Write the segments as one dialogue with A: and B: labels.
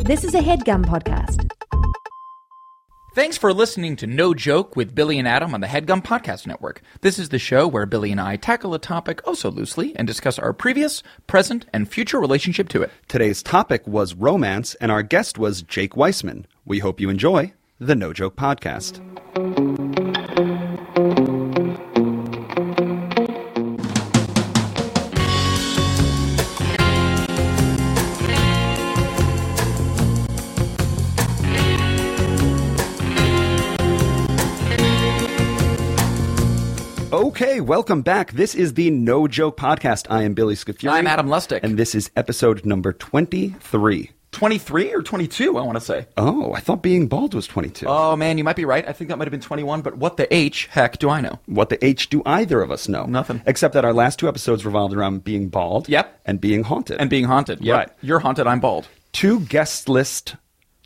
A: This is a headgum podcast.
B: Thanks for listening to No Joke with Billy and Adam on the Headgum Podcast Network. This is the show where Billy and I tackle a topic oh so loosely and discuss our previous, present, and future relationship to it.
C: Today's topic was romance, and our guest was Jake Weissman. We hope you enjoy the No Joke Podcast. Okay, welcome back. This is the No Joke Podcast. I am Billy Scafuri.
B: I'm Adam Lustig.
C: And this is episode number 23.
B: 23 or 22, I want to say.
C: Oh, I thought being bald was 22.
B: Oh man, you might be right. I think that might have been 21, but what the H heck do I know?
C: what the H do either of us know?
B: Nothing.
C: Except that our last two episodes revolved around being bald
B: Yep.
C: and being haunted.
B: And being haunted. Yep.
C: Right.
B: You're haunted, I'm bald.
C: two guest list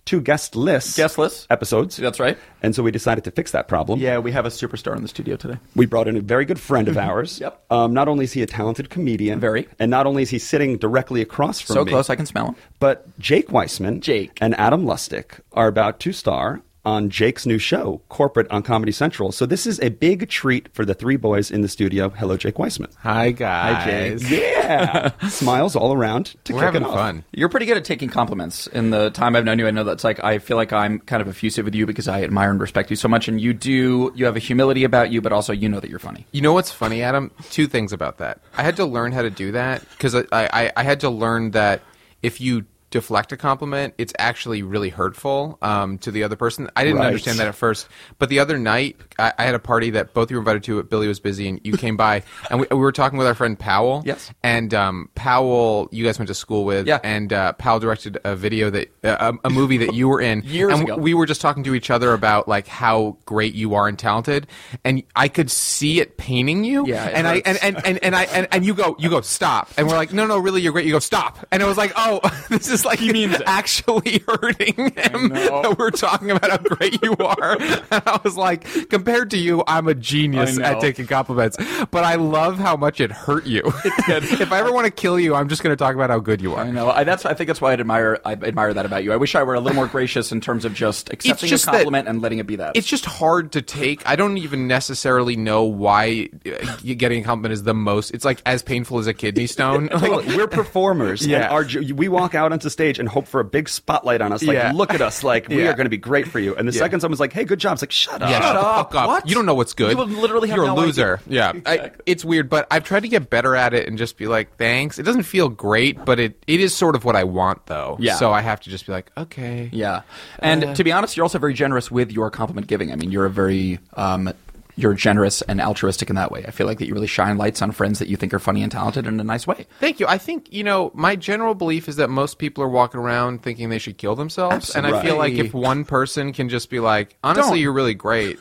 C: two guest list
B: Guest list.
C: episodes
B: That's right.
C: and so we decided to fix that problem
B: Yeah, we have a superstar in the studio today.
C: we brought in a very good friend
D: Mm-hmm.
C: of ours
B: Yep.
C: um, not only is he a talented comedian
B: Very.
C: and not only is he sitting directly across from
B: so
C: me
B: close I can smell him.
C: but jake weissman
B: Jake.
C: and adam lustick are about to star on jake's new show corporate on comedy central so this is a big treat for the three boys in the studio hello jake weissman
D: Hi guys.
C: yeah smiles all around to
D: We're
C: kick it
D: having
C: off.
D: fun.
B: You're pretty good at taking compliments. In the time I've known you, I know that's like I feel like I'm kind of effusive with you because I admire and respect you so much, and you do. You have a humility about you, but also you know that you're funny.
D: You know what's funny, Adam? Two things about that. I had to learn how to do that because I, I, I had to learn that if you deflect a compliment, it's actually really hurtful um, to the other person. I didn't
C: Right.
D: understand that at first. But the other night, I, I had a party that both you were invited to. But Billy was busy, and you came by, and we, we were talking with our friend Powell.
B: Yes.
D: And um, Powell, you guys went to school with.
B: Yeah.
D: And uh, Powell directed a video that uh, a, a movie that you were in
B: Years
D: and
B: ago.
D: we were just talking to each other about like how great you are and talented and I could see it painting you
B: Yeah, it
D: and I
B: hurts.
D: and, and, and, and I and, and you go you go stop and we're like no no really you're great you go stop and it was like oh this is like actually hurting him that we're talking about how great you are and I was like compared to you I'm a genius
B: I know.
D: at taking compliments but I love how much it hurt you if I ever want to kill you I'm just going to talk about how good you
B: I
D: are
B: know. I, that's. I think that's why I admire. I admire that about you. I wish I were a little more gracious in terms of just accepting
D: just
B: a
D: that-
B: compliment and letting it be that.
D: it's just hard to take. I don't even necessarily know why uh, you- getting a compliment is the most. It's like as painful as a kidney stone.
C: Like, we're performers.
D: Yeah.
C: And our, j- we walk out onto stage and hope for a big spotlight on us. Like,
D: Yeah.
C: look at us. Like, we
D: Yeah.
C: are going to be great for you. And the second someone's like, hey, good job. It's like, shut up.
D: Yeah, shut the
B: up.
D: fuck up.
B: What?
D: You don't know what's good.
B: You literally have
D: You're
B: no
D: a loser.
B: idea.
D: Yeah, I,
B: Exactly.
D: it's weird, but I've tried to get better at it and just be like, thanks. It doesn't feel great, but it, it is sort of what I want though.
B: Yeah.
D: So I have to just be like, okay.
B: yeah. And to be honest, you're also very generous with your compliment giving. I mean, you're a very. Um, you're generous and altruistic in that way. I feel like that you really shine lights on friends that you think are funny and talented in a nice way.
D: Thank you. I think, you know, my general belief is that most people are walking around thinking they should kill themselves. And I feel like if one person can just be like, honestly,
B: Don't.
D: you're really great.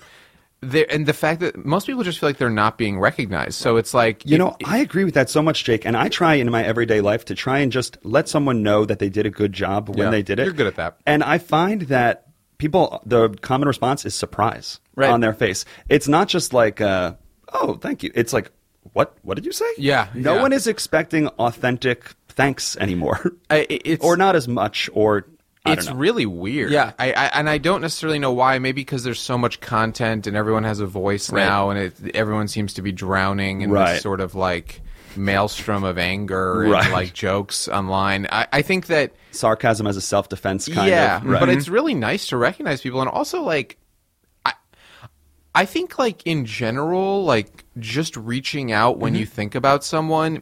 D: There, and the fact that most people just feel like they're not being recognized. So it's like,
C: You know, I agree with that so much, Jake. And I try in my everyday life to try and just let someone know that they did a good job when
D: Yeah.
C: they did it.
D: You're good at that.
C: And I find that people, the common response is surprise
B: Right.
C: on their face. It's not just like, uh, oh, thank you. It's like, what? What did you say?
D: Yeah,
C: No
D: yeah.
C: one is expecting authentic thanks anymore,
D: I- it's,
C: or not as much, or I don't
D: it's
C: know.
D: really weird.
B: Yeah.
D: I, I and I don't necessarily know why. Maybe because there's so much content and everyone has a voice
B: Right.
D: now, and it, everyone seems to be drowning in
C: Right.
D: this sort of like maelstrom of anger and
C: Right.
D: like jokes online. I, I think that
C: sarcasm as a self defense kind
D: yeah,
C: of. Right.
D: but it's really nice to recognize people, and also like, I, I think like in general, like just reaching out
C: Mm-hmm.
D: when you think about someone.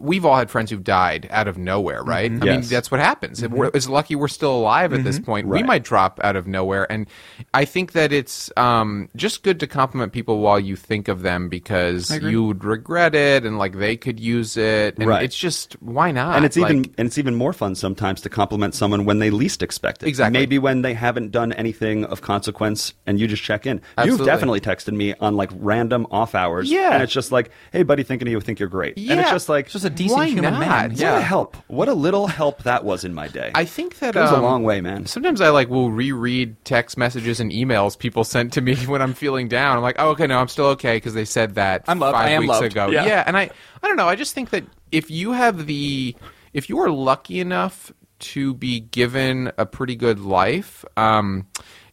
D: We've all had friends who've died out of nowhere, right? I
C: Mm-hmm. Yes. Mm-hmm.
D: mean, that's what happens. If we're, it's lucky we're still alive at this point. We
C: Right.
D: might drop out of nowhere, and I think that it's um, just good to compliment people while you think of them because you would regret it, and like they could use it, and
C: Right.
D: it's just why not?
C: and it's even
D: Like-
C: and it's even more fun sometimes to compliment someone when they least expect it.
D: Exactly.
C: Maybe when they haven't done anything of consequence, and you just check in. You've
D: Absolutely.
C: definitely texted me on like random off hours.
D: Yeah.
C: And it's just like, hey, buddy, thinking of you. Think you're great. And it's
D: Yeah.
C: just like,
B: It's just a decent
D: Why
B: human
D: not?
B: man.
D: It's
C: what
B: Yeah.
C: a help. What a little help that was in my day.
D: I think that
C: goes a
D: um,
C: long way, man.
D: Sometimes I like will reread text messages and emails people sent to me when I'm feeling down. I'm like, oh, okay, no, I'm still okay because they said that
B: I'm loved.
D: five
B: I am
D: weeks
B: loved.
D: ago.
B: Yeah.
D: and I, I don't know. I just think that if you have the, if you are lucky enough to be given a pretty good life, um,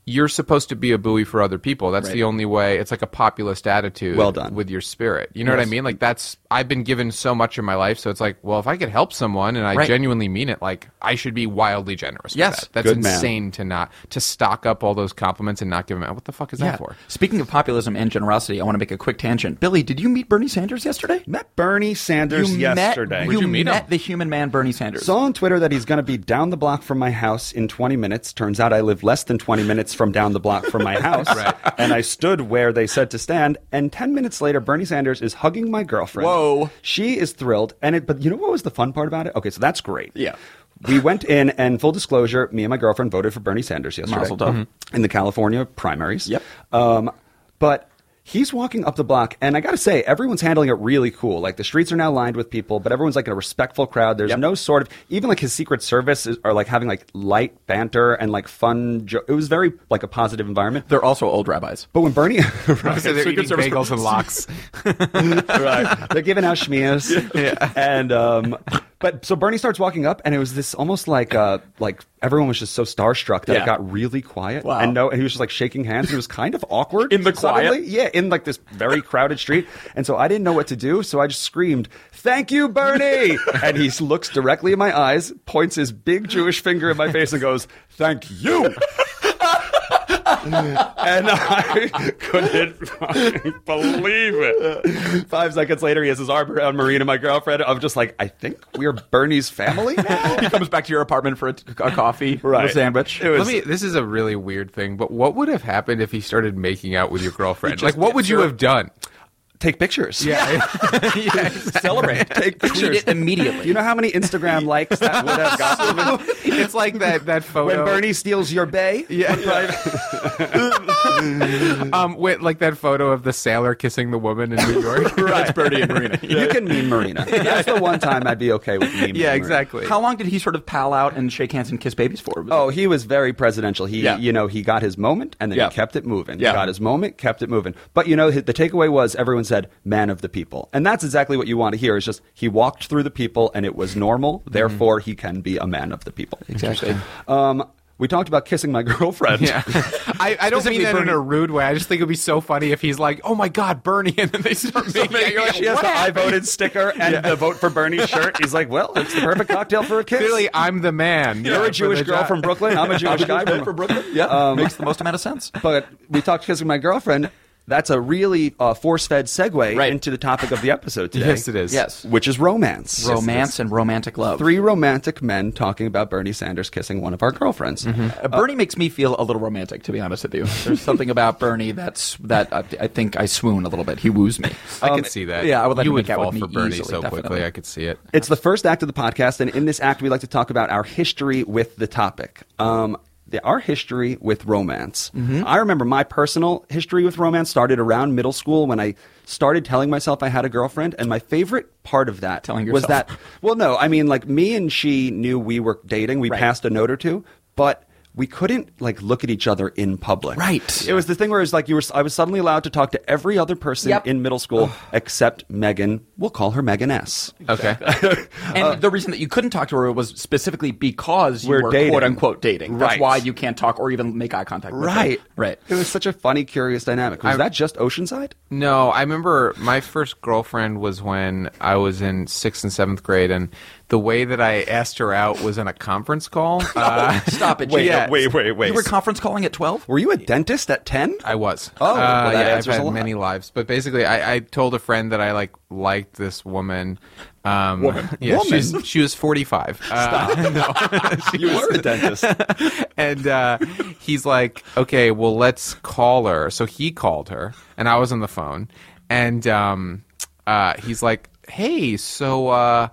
D: you're supposed to be a buoy for other people. That's
B: Right.
D: the only way. It's like a populist attitude.
C: Well done.
D: with your spirit. You know what I mean? Like that's I've been given so much in my life, so it's like, well, if I could help someone and I
B: Right.
D: genuinely mean it, like I should be wildly generous. with
B: Yes.
D: that. that's
C: Good man.
D: insane to not to stock up all those compliments and not give them out. What the fuck is that for?
B: Speaking of populism and generosity, I want to make a quick tangent. Billy, did you meet Bernie Sanders yesterday?
C: Met Bernie Sanders
B: you
C: yesterday.
B: Met, you,
D: you meet
B: met
D: him?
B: the human man, Bernie Sanders.
C: Saw on Twitter that he's going to be down the block from my house in 20 minutes. Turns out I live less than 20 minutes from down the block from my house.
D: Right.
C: And I stood where they said to stand. And 10 minutes later, Bernie Sanders is hugging my girlfriend.
B: Whoa.
C: She is thrilled. And it, but you know what was the fun part about it? Okay, so that's great.
B: Yeah.
C: We went in, and full disclosure, me and my girlfriend voted for Bernie Sanders yesterday
B: Mazel tov. Mhm.
C: Mm-hmm. in the California primaries.
B: Yep.
C: Um, but he's walking up the block, and I got to say, everyone's handling it really cool. Like the streets are now lined with people, but everyone's like in a respectful crowd. There's
B: Yep.
C: no sort of even like his Secret Service is, are like having like light banter and like fun. Jo- it was very like a positive environment.
B: They're also old rabbis.
C: But when Bernie,
D: So they're eating bagels and locks.
C: right. They're giving out schmears. And um but so Bernie starts walking up and it was this almost like uh like everyone was just so starstruck that
B: Yeah.
C: it got really quiet.
B: Wow.
C: And no and he was just like shaking hands and it was kind of awkward.
B: In the quiet?
C: suddenly. Yeah, in like this very crowded street. And so I didn't know what to do, so I just screamed, Thank you, Bernie And he looks directly in my eyes, points his big Jewish finger in my face and goes, Thank you. and I couldn't fucking believe it. Five seconds later, he has his arm around Marina, my girlfriend. I'm just like, I think we're Bernie's family now.
B: he comes back to your apartment for a, a coffee or a
C: Right.
B: sandwich.
C: It was-
D: Let me. This is a really weird thing, but what would have happened if he started making out with your girlfriend? Like, what would you have done?
C: Take pictures.
D: Yeah, yeah.
B: Celebrate.
C: Take
B: Tweet
C: pictures.
B: it immediately.
C: Do you know how many Instagram likes that would have gotten?
D: it's like that that
C: When
D: photo.
C: Bernie steals your bay?
D: yeah, um, wait, like that photo of the sailor kissing the woman in New York.
B: That's Bernie and Marina.
C: You can mean Marina. That's the one time I'd be okay with memeing
D: yeah,
C: Marina.
D: exactly.
B: How long did he sort of pal out and shake hands and kiss babies for? Was it-
C: Oh, he was very presidential. He,
B: Yeah.
C: you know, he got his moment and then
B: Yeah.
C: he kept it moving.
B: Yeah.
C: Got his moment, kept it moving. But you know, hi- the takeaway was everyone said "man of the people," and that's exactly what you want to hear. Is just he walked through the people and it was normal. Therefore, he can be a man of the people.
B: Mm-hmm. Exactly. Interesting.
C: Um, we talked about kissing my girlfriend.
D: Yeah, I, I don't mean
B: Specifically
D: that in
B: Bernie.
D: a rude way. I just think it'd be so funny if he's like, "Oh my God, Bernie," and then they start making. out. You're like,
C: She has
D: "What
C: the I
D: happened?"
C: voted sticker and the vote for Bernie shirt. He's like, well, it's the perfect cocktail for a kiss.
D: Clearly, I'm the man.
C: You're
D: Yeah,
C: a
D: for
C: Jewish
D: the
C: girl
D: job.
C: from Brooklyn. I'm a Jewish guy from,
B: for Brooklyn. Yeah,
C: um,
B: makes the most amount of sense.
C: but we talked kissing my girlfriend. That's a really uh, force-fed segue
B: Right.
C: into the topic of the episode today.
D: Yes, it is.
B: Yes.
C: Which is romance.
B: Romance and romantic love.
C: Three romantic men talking about Bernie Sanders kissing one of our girlfriends.
D: Mm-hmm.
B: Uh, Bernie makes me feel a little romantic, to be honest with you. There's something about Bernie that's that uh, I, I think I swoon a little bit. He woos me. Um,
D: I could see that.
B: yeah, I would let
D: you
B: him
D: would
B: make out
D: fall
B: with
D: for
B: me
D: Bernie
B: easily,
D: so
B: definitely.
D: quickly. I could see it.
C: It's the first act of the podcast, and in this act, we like to talk about our history with the topic. Um, the, our history with romance.
B: Mm-hmm.
C: I remember my personal history with romance started around middle school when I started telling myself I had a girlfriend, and my favorite part of that
B: Telling
C: was
B: yourself.
C: that. Well, no, I mean, like me and she knew we were dating. We
B: Right.
C: passed a note or two, but. We couldn't like look at each other in public.
B: Right.
C: It was the thing where it was like you were. I was suddenly allowed to talk to every other person
B: Yep.
C: in middle school except Megan. We'll call her Megan S.
D: Okay.
B: And
D: Uh,
B: the reason that you couldn't talk to her was specifically because you
C: We're
B: were
C: dating.
B: quote unquote dating. That's
C: Right.
B: why you can't talk or even make eye contact. With her.
C: Right.
B: Right.
C: It was such a funny, curious dynamic. Was
D: I-
C: that just Oceanside?
D: No, I remember my first girlfriend was when I was in sixth and seventh grade, and the way that I asked her out was on a conference call. Uh,
B: Stop it.
C: Wait,
B: Gina.
C: no, wait, wait, wait.
B: You were conference calling at twelve.
C: Were you a dentist at 10?
D: I was. Uh,
C: Oh, well, that
D: yeah, I've
C: answers a
D: had
C: lot.
D: many lives, but basically, I, I told a friend that I like liked this woman. Um, woman. Yeah,
C: Woman?
D: she's- she was forty five. Uh, no, she
C: you were a dentist.
D: and uh, he's like, okay, well, let's call her. So he called her, and I was on the phone, and um, uh, he's like, hey, so uh,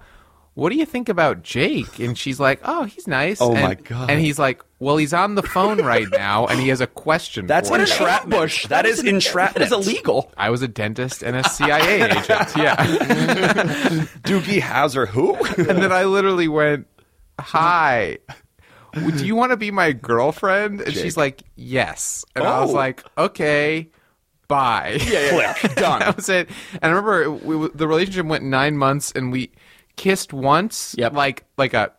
D: what do you think about Jake? And she's like, oh, he's nice.
C: Oh,
D: and,
C: my God.
D: And he's like, well, he's on the phone right now, and he has a question.
C: That's
D: for you."
C: entrapment. That is entrapment.
B: That is illegal.
D: I was a dentist and a CIA agent. Yeah,
C: Doogie Howser, who?
D: and then I literally went, "Hi, do you want to be my girlfriend?" And she's like, "Yes," and I was
C: Oh.
D: like, "Okay, bye."
C: Click. Done.
D: that was it. And I remember we, the relationship went nine months, and we kissed once,
B: Yep.
D: like like a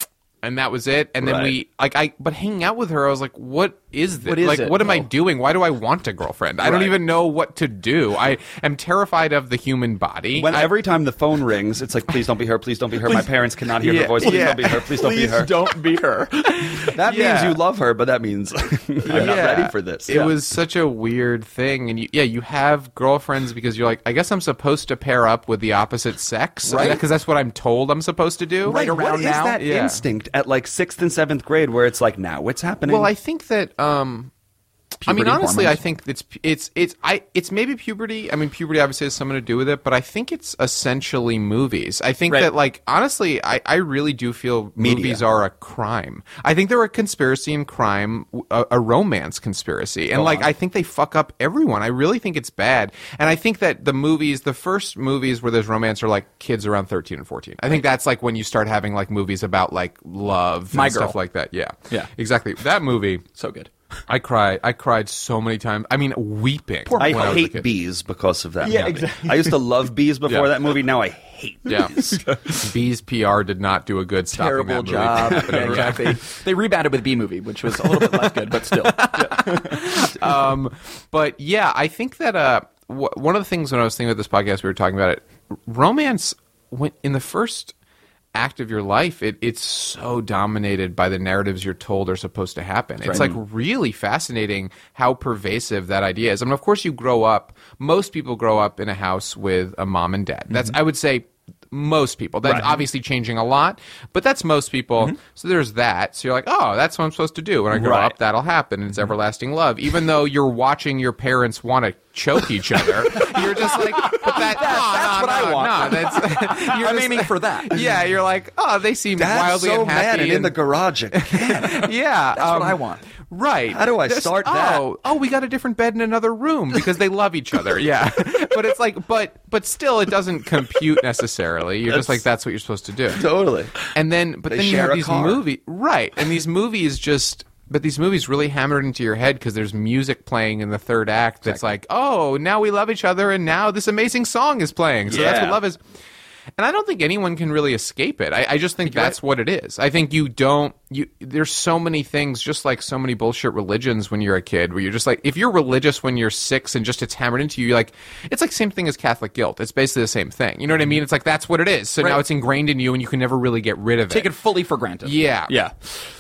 D: and that was it. And then
C: Right.
D: we like I but hanging out with her, I was like, what is this?
B: What is
D: like,
B: it,
D: what am I
B: though?
D: doing? Why do I want a girlfriend? I don't
C: Right.
D: even know what to do. I am terrified of the human body.
C: When
D: I-
C: every time the phone rings, it's like, please don't be her, please don't be her. My parents cannot hear her voice. Please don't be her, please don't be her.
B: don't be her.
C: That means
D: Yeah.
C: you love her, but that means I'm not ready for this.
D: It
C: Yeah.
D: was such a weird thing, and you, yeah, you have girlfriends because you're like, I guess I'm supposed to pair up with the opposite sex,
C: Right.
D: Because that's what I'm told I'm supposed to do.
C: Right, what
B: around
C: is
B: now?
C: that
D: Yeah.
C: instinct at like sixth and seventh grade where it's like now what's happening?
D: Well, I think that. Um, I mean,
B: Puberty
D: honestly,
B: hormones.
D: I think it's it's it's I it's maybe puberty. I mean, puberty obviously has something to do with it, but I think it's essentially movies. I think
B: Right.
D: that, like, honestly, I I really do feel
C: Media.
D: movies are a crime. I think they're a conspiracy and crime, a, a romance conspiracy, and like I think they fuck up everyone. I really think it's bad, and I think that the movies, the first movies where there's romance, are like kids around thirteen and fourteen. I think that's like when you start having like movies about like love,
B: My
D: and
B: Girl.
D: stuff like that. Yeah,
B: Yeah.
D: exactly. That movie.
B: so good.
D: I cried. I cried so many times. I mean, weeping.
C: I
D: when was a
C: hate
D: kid.
C: bees because of that.
B: Yeah,
C: movie.
B: exactly.
C: I used to love bees before
D: Yeah.
C: that movie. Now I hate
D: Yeah.
C: bees.
D: Bees PR did not do a good stopping
B: Terrible
D: that movie.
B: job. Yeah, exactly. They rebounded with B movie, which was a little bit less good, but still.
D: um, but yeah, I think that uh, w- one of the things when I was thinking about this podcast, we were talking about it. Romance, when, in the first act of your life, it, it's so dominated by the narratives you're told are supposed to happen. It's like really fascinating how pervasive that idea is. I mean, of course, you grow up. Most people grow up in a house with a mom and dad. That's I would say. Most people. That's obviously changing a lot, but that's most people. So there's that. So you're like, oh, that's what I'm supposed to do when I grow
C: Mm-hmm. Right. Mm-hmm.
D: up that'll happen. It's everlasting love. Even though you're watching your parents want to choke each other, you're just like, but that,
C: that's what I want.
D: No, that's, you're
B: I'm
D: just-
B: aiming for that.
D: Yeah, you're like, oh, they seem
C: Dad's
D: wildly
C: so
D: unhappy.
C: mad and in the garage again.
D: yeah, um, that's
B: what I want.
D: Right.
C: How do I start that?
D: Oh, oh, we got a different bed in another room because they love each other. Yeah, but it's like, but but still, it doesn't compute necessarily. You're just like, that's what you're supposed to do
C: totally.
D: and then but
C: They
D: then you
C: share
D: have
C: a
D: these
C: car.
D: movies right and these movies just but these movies really hammered into your head because there's music playing in the third act that's like oh now we love each other and now this amazing song is playing so that's what
C: Yeah.
D: love is and i don't think anyone can really escape it i, I just think that's what it is i think you don't you there's so many things just like so many bullshit religions when you're a kid where you're just like if you're religious when you're six and just it's hammered into you you're like it's like same thing as catholic guilt it's basically the same thing you know what i mean it's like that's what it is so now
B: Mm-hmm. Right.
D: it's ingrained in you and you can never really get rid of
B: Take
D: it.
B: it fully for granted.
D: Yeah.
B: Yeah.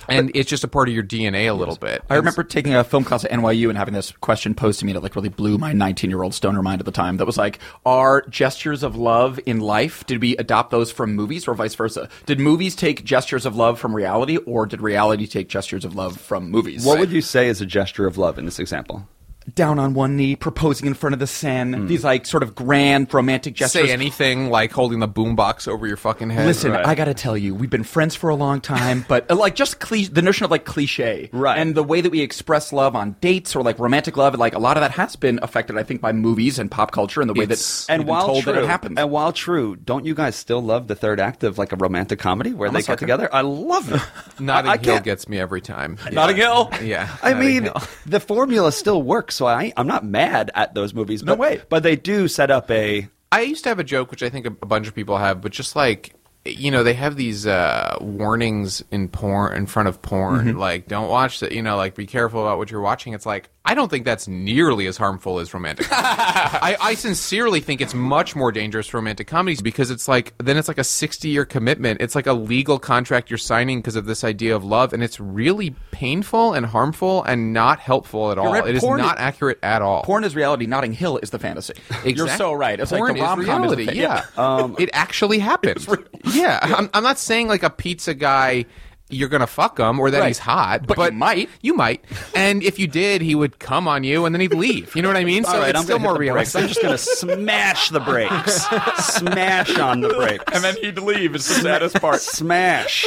D: And it's just a part of your DNA a little bit.
B: I remember taking a film class at NYU and having this question posed to me that like really blew my 19 year old stoner mind at the time. That was like, are gestures of love in life? Did we adopt those from movies or vice versa? Did movies take gestures of love from reality, or did reality take gestures of love from movies?
C: What would you say is a gesture of love in this example?
B: down on one knee, proposing in front of the Seine? These like sort of grand romantic gestures.
D: say anything like holding the boombox over your fucking head.
B: Listen,
C: Right.
B: I gotta tell you, we've been friends for a long time, but uh, like just cli- the notion of like cliche,
C: Right.
B: And the way that we express love on dates or like romantic love, like a lot of that has been affected, I think, by movies and pop culture and the way
D: It's-
B: that
C: And
B: we've been
C: while
B: told
C: true,
B: that it happens.
C: and while true, don't you guys still love the third act of like a romantic comedy where they get
B: sucker.
C: together? I love it.
D: Notting
C: I- I
D: Hill
C: can't-
D: gets me every time. Yeah.
B: Notting Hill.
D: Yeah.
C: I
D: Notting
C: mean,
D: Hill.
C: the formula still works, so I, I'm not mad at those movies.
B: No
C: but,
B: way.
C: But they do set up a
D: I used to have a joke, which I think a, a bunch of people have, but just like you know, they have these uh, warnings in porn in front of porn,
B: Mm-hmm.
D: like don't watch that. You know, like be careful about what you're watching. It's like I don't think that's nearly as harmful as romantic. comedy. I, I sincerely think it's much more dangerous for romantic comedies because it's like then it's like a 60 year commitment. It's like a legal contract you're signing because of this idea of love, and it's really painful and harmful and not helpful at all.
B: right.
D: It is
B: Porn
D: not
B: is-
D: accurate at all.
B: Porn is reality. Notting Hill is the fantasy. You're
D: Exact-
B: so right. It's
D: Porn
B: like the rom
D: is
B: com
D: reality.
B: Is the fa- Uh,
D: yeah, it actually happened. Yeah, I'm, I'm not saying like a pizza guy. You're gonna fuck him, or that
B: Right.
D: he's hot,
B: But you might.
D: You might, and if you did, he would come on you, and then he'd leave. You know what I mean? So
C: All right,
D: it's
C: I'm
D: still
C: gonna hit
D: more
C: the brakes.
D: realistic.
C: I'm just gonna smash the brakes. smash on the brakes.
B: he'd leave. It's the saddest part.
C: smash.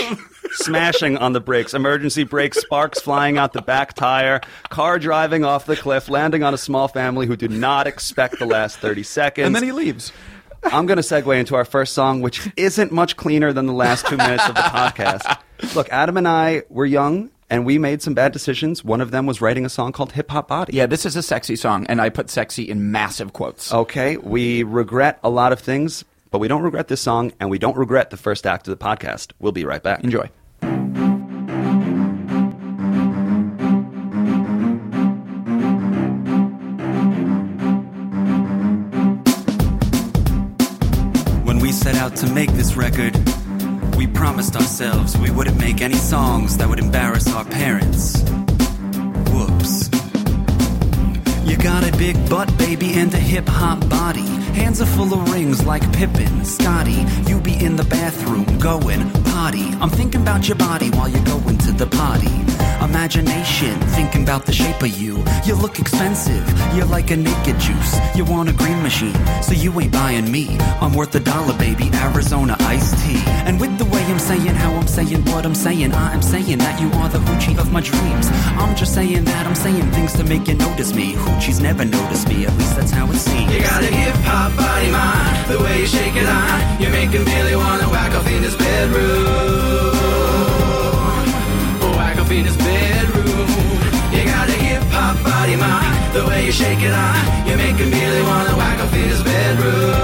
C: Smashing on the brakes, emergency brakes, sparks flying out the back tire, car driving off the cliff, landing on a small family who do not expect the last 30 seconds.
B: And then he leaves.
C: I'm going to segue into our first song, which isn't much cleaner than the last two minutes of the podcast. Look, Adam and I were young and we made some bad decisions. One of them was writing a song called Hip Hop Body.
B: Yeah, this is a sexy song, and I put sexy in massive quotes. Oh,
C: Okay, we regret a lot of things, but we don't regret this song and we don't regret the first act of the podcast. We'll be right back.
B: Enjoy.
E: To make this record, we promised ourselves we wouldn't make any songs that would embarrass our parents. Whoops. You got a big butt, baby, and a hip hop body. Hands are full of rings like Pippin, Scotty. You be in the bathroom, going potty. I'm thinking about your body while you're going to the potty. Imagination, thinking about the shape of you. You look expensive, you're like a naked juice. You want a green machine, so you ain't buying me. I'm worth a dollar, baby, Arizona iced tea. And with the way I'm saying how I'm saying what I'm saying, I am saying that you are the hoochie of my dreams. I'm just saying that I'm saying things to make you notice me. Hoochies never notice me, at least that's how it seems.
F: You got a hip hop body mind, the way you shake it on. You're making Billy wanna whack off in his bedroom. Whack off in his bedroom. You got a hip hop body mind, the way you shake it on. You're making Billy wanna whack off in his bedroom.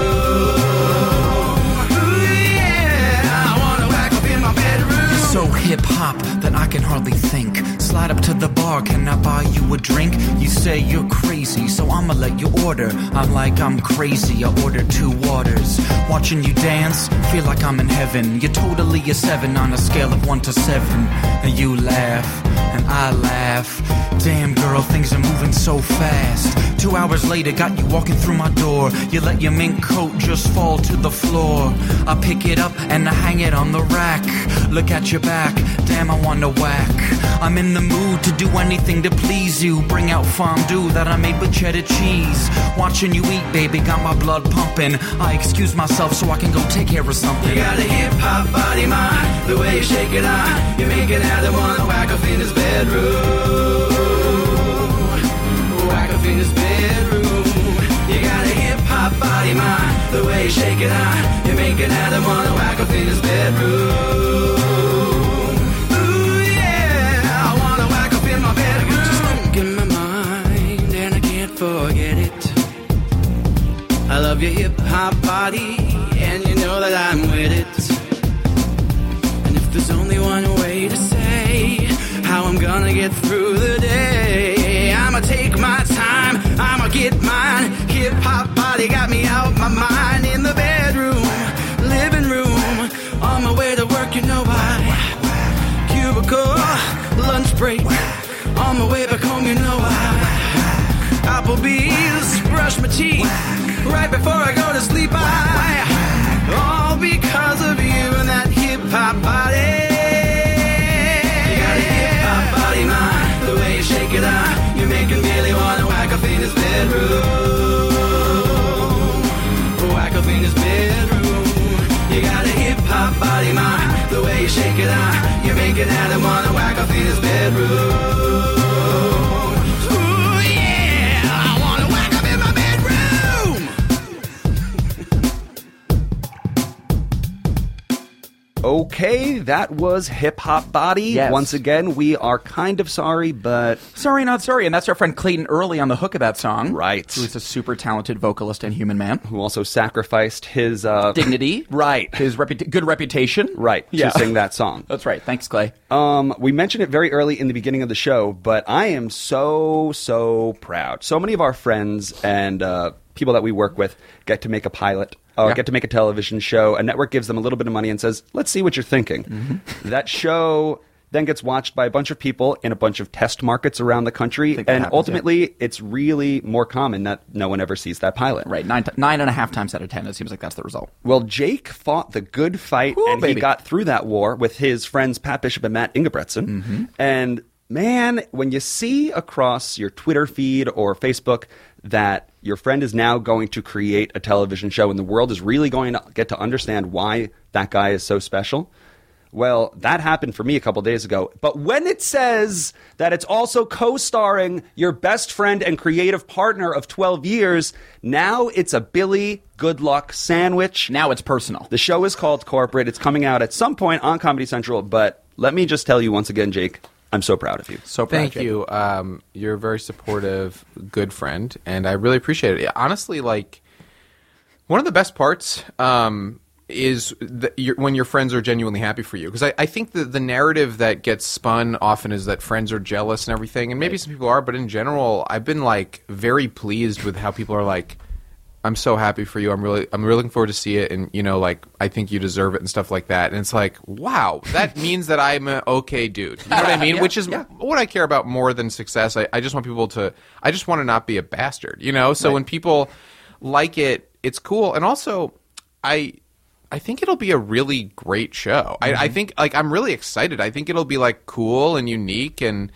F: Ooh, yeah, I wanna whack off in my bedroom.
E: So hip hop that I can hardly think. Slide up to the bar, can I buy you a drink? You say you're crazy, so I'ma let you order. I'm like, I'm crazy, I order two waters. Watching you dance, feel like I'm in heaven. You're totally a seven on a scale of one to seven. And you laugh, and I laugh. Damn girl, things are moving so fast. Two hours later, got you walking through my door. You let your mink coat just fall to the floor. I pick it up and I hang it on the rack. Look at your back, damn, I wanna whack. I'm in the mood to do anything to please you. Bring out fondue that I made with cheddar cheese. Watching you eat, baby, got my blood pumping. I excuse myself so I can go take care of something.
F: You got a hip hop body mind, the way you shake it on. You make it out of one whack off in his bedroom. Whack off in his bedroom. You got a hip hop body mind, the way you shake it on. You make it out of one whack off in his bedroom. Ooh yeah, I wanna whack off in my bedroom.
E: Just stuck in my mind and I can't forget it.
F: I love your hip hop body, and you know that I'm with it. And if there's only one way to say how I'm gonna get through the day, I'ma take my time, I'ma get mine. Hip hop body got me out my mind in the bedroom, living room, on my way to work, you know I. Cubicle, lunch break, on my way back home, you know I. Applebee's, brush my teeth right before I go to sleep. I all because of you and that hip hop body. You got a hip hop body, mind. The way you shake it out, you're making Billy wanna whack up in his bedroom. Whack up in his bedroom. You got a hip hop body, mind. The way you shake it out, you're making Adam wanna whack up in his bedroom. Ooh, yeah, I wanna whack up in my bedroom.
C: Okay, that was Hip Hop Body.
B: Yes.
C: Once again, we are kind of sorry, but
B: Sorry, not sorry. And that's our friend Clayton Early on the hook of that song.
C: Right.
B: Who is a super talented vocalist and human man.
C: who also sacrificed his uh,
B: Dignity.
C: Right.
B: His reputa- good reputation.
C: right
B: Yeah.
C: to sing that song.
B: That's right. Thanks, Clay.
C: Um, we mentioned it very early in the beginning of the show, but I am so so proud. So many of our friends and uh, people that we work with get to make a pilot. Or
B: Yeah.
C: get to make a television show. A network gives them a little bit of money and says, "Let's see what you're thinking."
B: Mm-hmm.
C: That show then gets watched by a bunch of people in a bunch of test markets around the country, and
B: that happens, yeah.
C: ultimately, it's really more common that no one ever sees that pilot.
B: Right. Nine, t- nine and a half times out of ten, it seems like that's the result.
C: Well, Jake fought the good fight
B: Ooh,
C: and
B: baby.
C: he got through that war with his friends Pat Bishop and Matt Ingebretson. And man, when you see across your Twitter feed or Facebook that your friend is now going to create a television show and the world is really going to get to understand why that guy is so special. Well, that happened for me a couple days ago. But when it says that it's also co starring your best friend and creative partner of 12 years, now it's a Billy Good Luck sandwich.
B: Now it's personal.
C: The show is called Corporate. It's coming out at some point on Comedy Central, but let me just tell you once again, Jake, I'm so proud of you.
B: So proud
D: Thank
B: of
D: you. Um, you're a very supportive, good friend, and I really appreciate it. Honestly, like one of the best parts um, is the, your, when your friends are genuinely happy for you. Because I, I think that the narrative that gets spun often is that friends are jealous and everything, and maybe some people are, but in general, I've been like very pleased with how people are like. I'm so happy for you. I'm really I'm really looking forward to see it and you know like I think you deserve it and stuff like that. And it's like, wow, that means that I'm an okay dude. You know what I mean? Which is what I care about more than success. I, I just want people to I just want to not be a bastard, you know? So when people like it, it's cool. And also I I think it'll be a really great show. I,
C: Mm-hmm.
D: I think like I'm really excited. I think it'll be like cool and unique and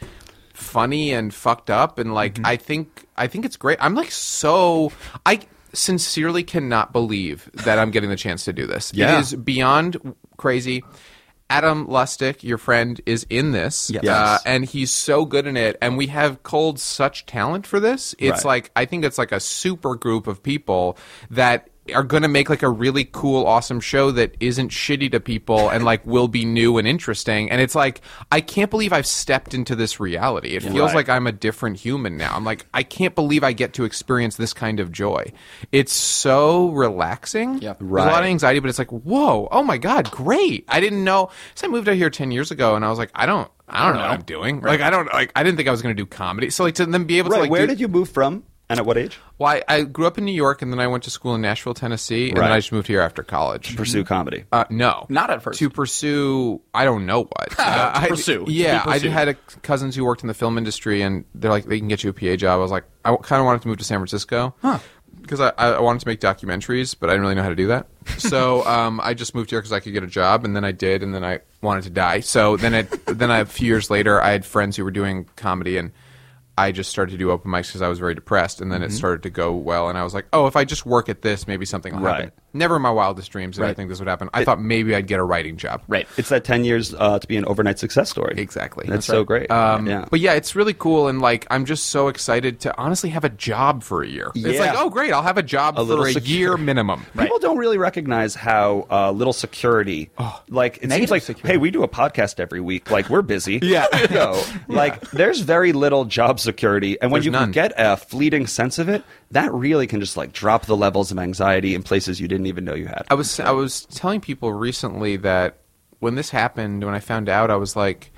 D: funny and fucked up and like
C: Mm-hmm.
D: I think I think it's great. I'm like so I sincerely cannot believe that I'm getting the chance to do this.
C: Yeah.
D: It is beyond crazy. Adam Lustig, your friend, is in this,
C: Yes.
D: uh, and he's so good in it. And we have culled such talent for this. It's
C: Right.
D: like I think it's like a super group of people that are going to make like a really cool, awesome show that isn't shitty to people and like will be new and interesting. And it's like I can't believe I've stepped into this reality. It feels
C: Right.
D: like I'm a different human now. I'm like I can't believe I get to experience this kind of joy. It's so relaxing.
B: Yep.
D: There's a lot of
C: Right.
D: anxiety, but it's like, whoa, oh my god, great! I didn't know. So I moved out here ten years ago, and I was like, I don't, I don't know what I'm doing. Like, I don't, like, I didn't think I was going to do comedy. So like to then be able
C: Right.
D: to like,
C: Where
D: do-
C: did you move from and at what age?
D: Well, I, I grew up in New York, and then I went to school in Nashville, Tennessee, and then
C: Right.
D: I just moved here after college.
C: Pursue comedy.
D: Uh, no,
B: Not at first.
D: To pursue, I don't know what. Uh, I-
B: pursue, to
D: yeah,
B: be
D: I
B: pursued.
D: had a, cousins who worked in the film industry, and they're like, they can get you a PA job. I was like, I kind of wanted to move to San Francisco, Because I, I wanted to make documentaries, but I didn't really know how to do that. So um, I just moved here because I could get a job, and then I did, and then I wanted to die. So then, it, then I, a few years later, I had friends who were doing comedy, and I just started to do open mics because I was very depressed, and then
B: Mm-hmm.
D: it started to go well, and I was like, oh, if I just work at this, maybe something will happen.
C: Right.
D: Never in my wildest dreams did I
B: Right.
D: think this would happen. I thought maybe I'd get a writing job.
B: Right.
C: it's that 10 years uh, to be an overnight success story.
D: Exactly.
C: That's, so
D: right.
C: great.
D: Um,
C: yeah.
D: But yeah, it's really cool, and like I'm just so excited to honestly have a job for a year.
C: Yeah.
D: It's like, oh great, I'll have a job
C: A
D: for
C: little
D: a
C: secure.
D: year minimum.
C: People don't really recognize how uh, little security.
D: Oh,
C: like it
B: negative
C: seems like,
B: security.
C: hey, we do a podcast every week. Like we're busy.
D: Yeah.
C: Yo, like there's very little job security, and when
D: There's
C: you
D: none.
C: can get a fleeting sense of it, that really can just like drop the levels of anxiety in places you didn't even know you had.
D: I was I was telling people recently that when this happened, when I found out, I was like,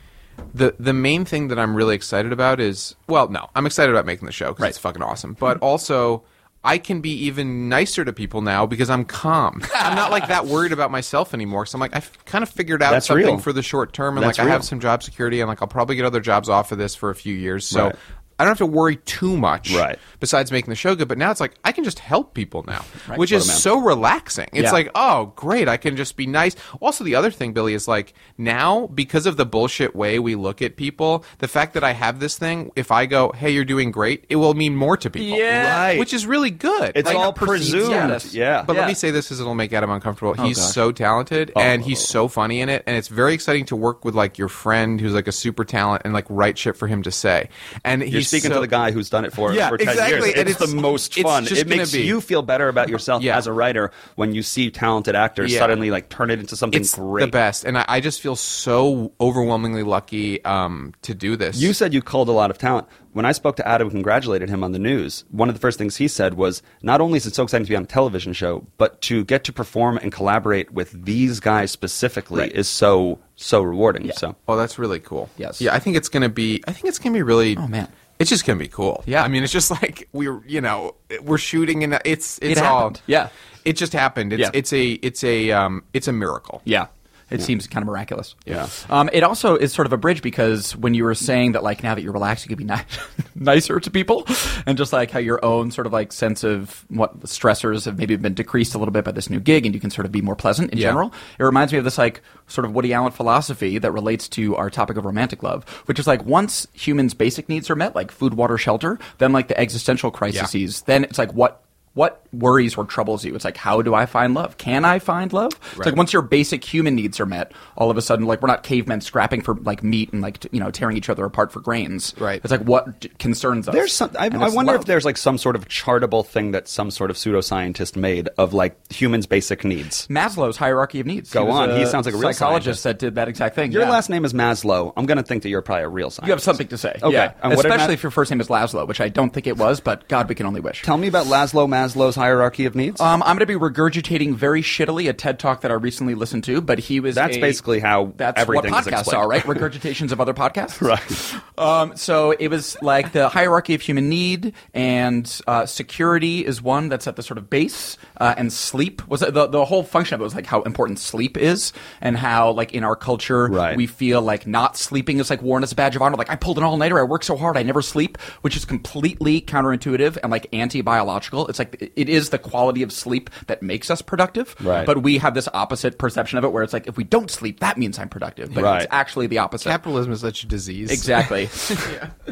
D: the the main thing that I'm really excited about is well, no, I'm excited about making the show because it's fucking awesome, but
C: Mm-hmm.
D: also. I can be even nicer to people now because I'm calm. I'm not like that worried about myself anymore. So I'm like, I've kind of figured out
C: That's
D: something
C: real.
D: for the short term, and
C: That's
D: like I have
C: real.
D: some job security, and like I'll probably get other jobs off of this for a few years. So
C: Right.
D: I don't have to worry too much.
C: Right.
D: Besides making the show good, but now it's like I can just help people now, which
C: What
D: is
C: a man.
D: so relaxing. It's
B: Yeah.
D: like oh great i can just be nice also the other thing billy is like now because of the bullshit way we look at people the fact that i have this thing if i go hey you're doing great it will mean more to people
B: Yeah.
C: Right.
D: which is really good
C: it's
D: Like,
C: all
B: perceived
C: presumed.
B: status.
C: Yeah. Oh,
D: but
B: Yeah.
D: let me say this because it'll make Adam uncomfortable. he's
B: gosh.
D: so talented and he's so funny in it, and it's very exciting to work with like your friend who's like a super talent and like write shit for him to say. And
C: You're
D: he's
C: speaking
D: so-
C: to the guy who's done it for,
D: Yeah,
C: for 10
D: exactly,
C: years.
D: and
C: it's,
D: it's-
C: the most
D: it's
C: fun.
D: just
C: It makes
D: gonna be-
C: you feel better about yourself
D: Yeah.
C: as a writer when you see talented actors
D: Yeah.
C: suddenly like turn it into something
D: it's
C: great.
D: the best, and I, I just feel so overwhelmingly lucky um, to do this.
C: You said you culled a lot of talent. When I spoke to Adam and congratulated him on the news, one of the first things he said was, not only is it so exciting to be on a television show, but to get to perform and collaborate with these guys specifically is so, so rewarding. So
D: Oh, that's really cool.
B: Yes.
D: Yeah, I think it's gonna be. I think it's gonna be really.
B: Oh, man.
D: it's just gonna be cool.
B: Yeah.
D: I mean, it's just like we're you know we're shooting and it's it's
B: It
D: all
B: happened. Yeah.
D: It just happened. It's
B: Yeah.
D: it's a it's a um it's a miracle.
B: Yeah. It seems kind of miraculous.
C: Yeah.
B: Um, it also is sort of a bridge because when you were saying that, like, now that you're relaxed, you could be ni- nicer to people, and just like how your own sort of like sense of what stressors have maybe been decreased a little bit by this new gig, and you can sort of be more pleasant in
D: Yeah.
B: general. It reminds me of this like sort of Woody Allen philosophy that relates to our topic of romantic love, which is like once humans' basic needs are met, like food, water, shelter, then like the existential crises, then it's like what what worries or troubles you? It's like, how do I find love? Can I find love? It's like once your basic human needs are met, all of a sudden, like we're not cavemen scrapping for like meat and like t- you know tearing each other apart for grains.
D: Right.
B: It's like what d- concerns us.
C: There's some. I,
B: And
C: I
B: it's
C: wonder
B: love.
C: if there's like some sort of chartable thing that some sort of pseudoscientist made of like humans' basic needs.
B: Maslow's hierarchy of needs.
C: Go
B: was
C: on. He sounds like a real
B: psychologist
C: scientist.
B: that did that exact thing.
C: Your
B: yeah.
C: last name is Maslow. I'm going to think that you're probably a real scientist.
B: You have something to say.
C: Okay.
B: Yeah.
C: And what did
B: Especially
C: Ma-
B: if your first name is Laszlo, which I don't think it was, but God, we can only wish.
C: Tell me about Laszlo Maslow's hierarchy of needs?
B: Um, I'm going to be regurgitating very shittily a TED talk that I recently listened to, but he was.
C: That's
B: a-
C: basically how
B: that's
C: everything
B: what
C: is
B: podcasts
C: explained.
B: are, right? Regurgitations of other podcasts,
C: Right.
B: Um, so it was like the hierarchy of human need, and uh, security is one that's at the sort of base, uh, and sleep was the the whole function of it was like how important sleep is, and how like in our culture
C: Right.
B: we feel like not sleeping is like worn as a badge of honor. Like I pulled an all nighter, I work so hard, I never sleep, which is completely counterintuitive and like anti biological. It's like it is the quality of sleep that makes us productive,
C: Right.
B: but we have this opposite perception of it, where it's like if we don't sleep, that means I'm productive, but
C: Right.
B: it's actually the opposite.
D: Capitalism is such a disease.
B: Exactly.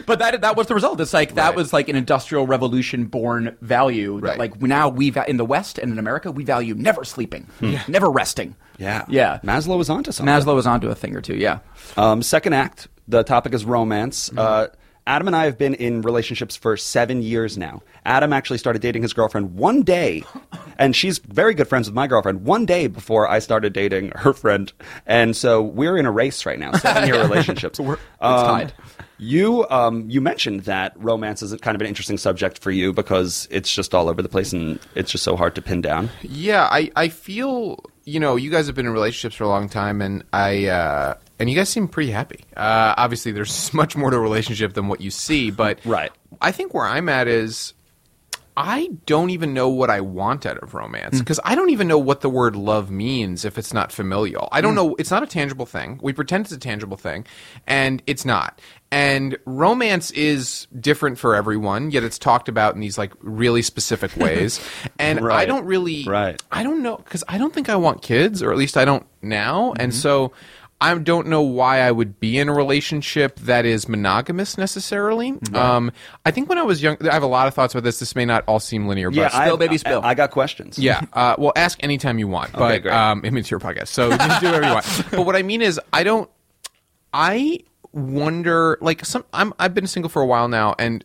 B: But that that was the result. It's like that
D: Right.
B: was like an industrial revolution born value. That
D: Right.
B: like now we va- in the West and in America we value never sleeping, never resting.
C: Hmm. Yeah.
B: Yeah.
C: Maslow was onto something.
B: Maslow is onto a thing or two. Yeah.
C: Um, second act, the topic is romance.
B: Mm-hmm.
C: Uh, Adam and I have been in relationships for seven years now. Adam actually started dating his girlfriend one day, and she's very good friends with my girlfriend, one day before I started dating her friend. And so we're in a race right now, seven year relationships.
B: We're- it's
C: Um,
B: tied.
C: You, um, you mentioned that romance is kind of an interesting subject for you because it's just all over the place and it's just so hard to pin down.
D: Yeah, I, I feel you know you guys have been in relationships for a long time, and I uh, and you guys seem pretty happy. Uh, obviously, there's much more to a relationship than what you see, but
C: Right.
D: I think where I'm at is I don't even know what I want out of romance
C: Mm.
D: because I don't even know what the word love means if it's not familial. I
C: Mm.
D: don't know. It's not a tangible thing. We pretend it's a tangible thing, and it's not. And romance is different for everyone, yet it's talked about in these like really specific ways. and I
C: Right.
D: don't really,
C: Right.
D: I don't know because I don't think I want kids, or at least I don't now. And so I don't know why I would be in a relationship that is monogamous necessarily. Um, I think when I was young, I have a lot of thoughts about this. This may not all seem linear, but
B: I- spill, baby, spill.
C: I, I got questions.
D: yeah. Uh, well, ask anytime you want, but
C: great.
D: um, it means your podcast, so you can do whatever you want. But what I mean is, I don't. I wonder, like, some. I'm. I've been single for a while now, and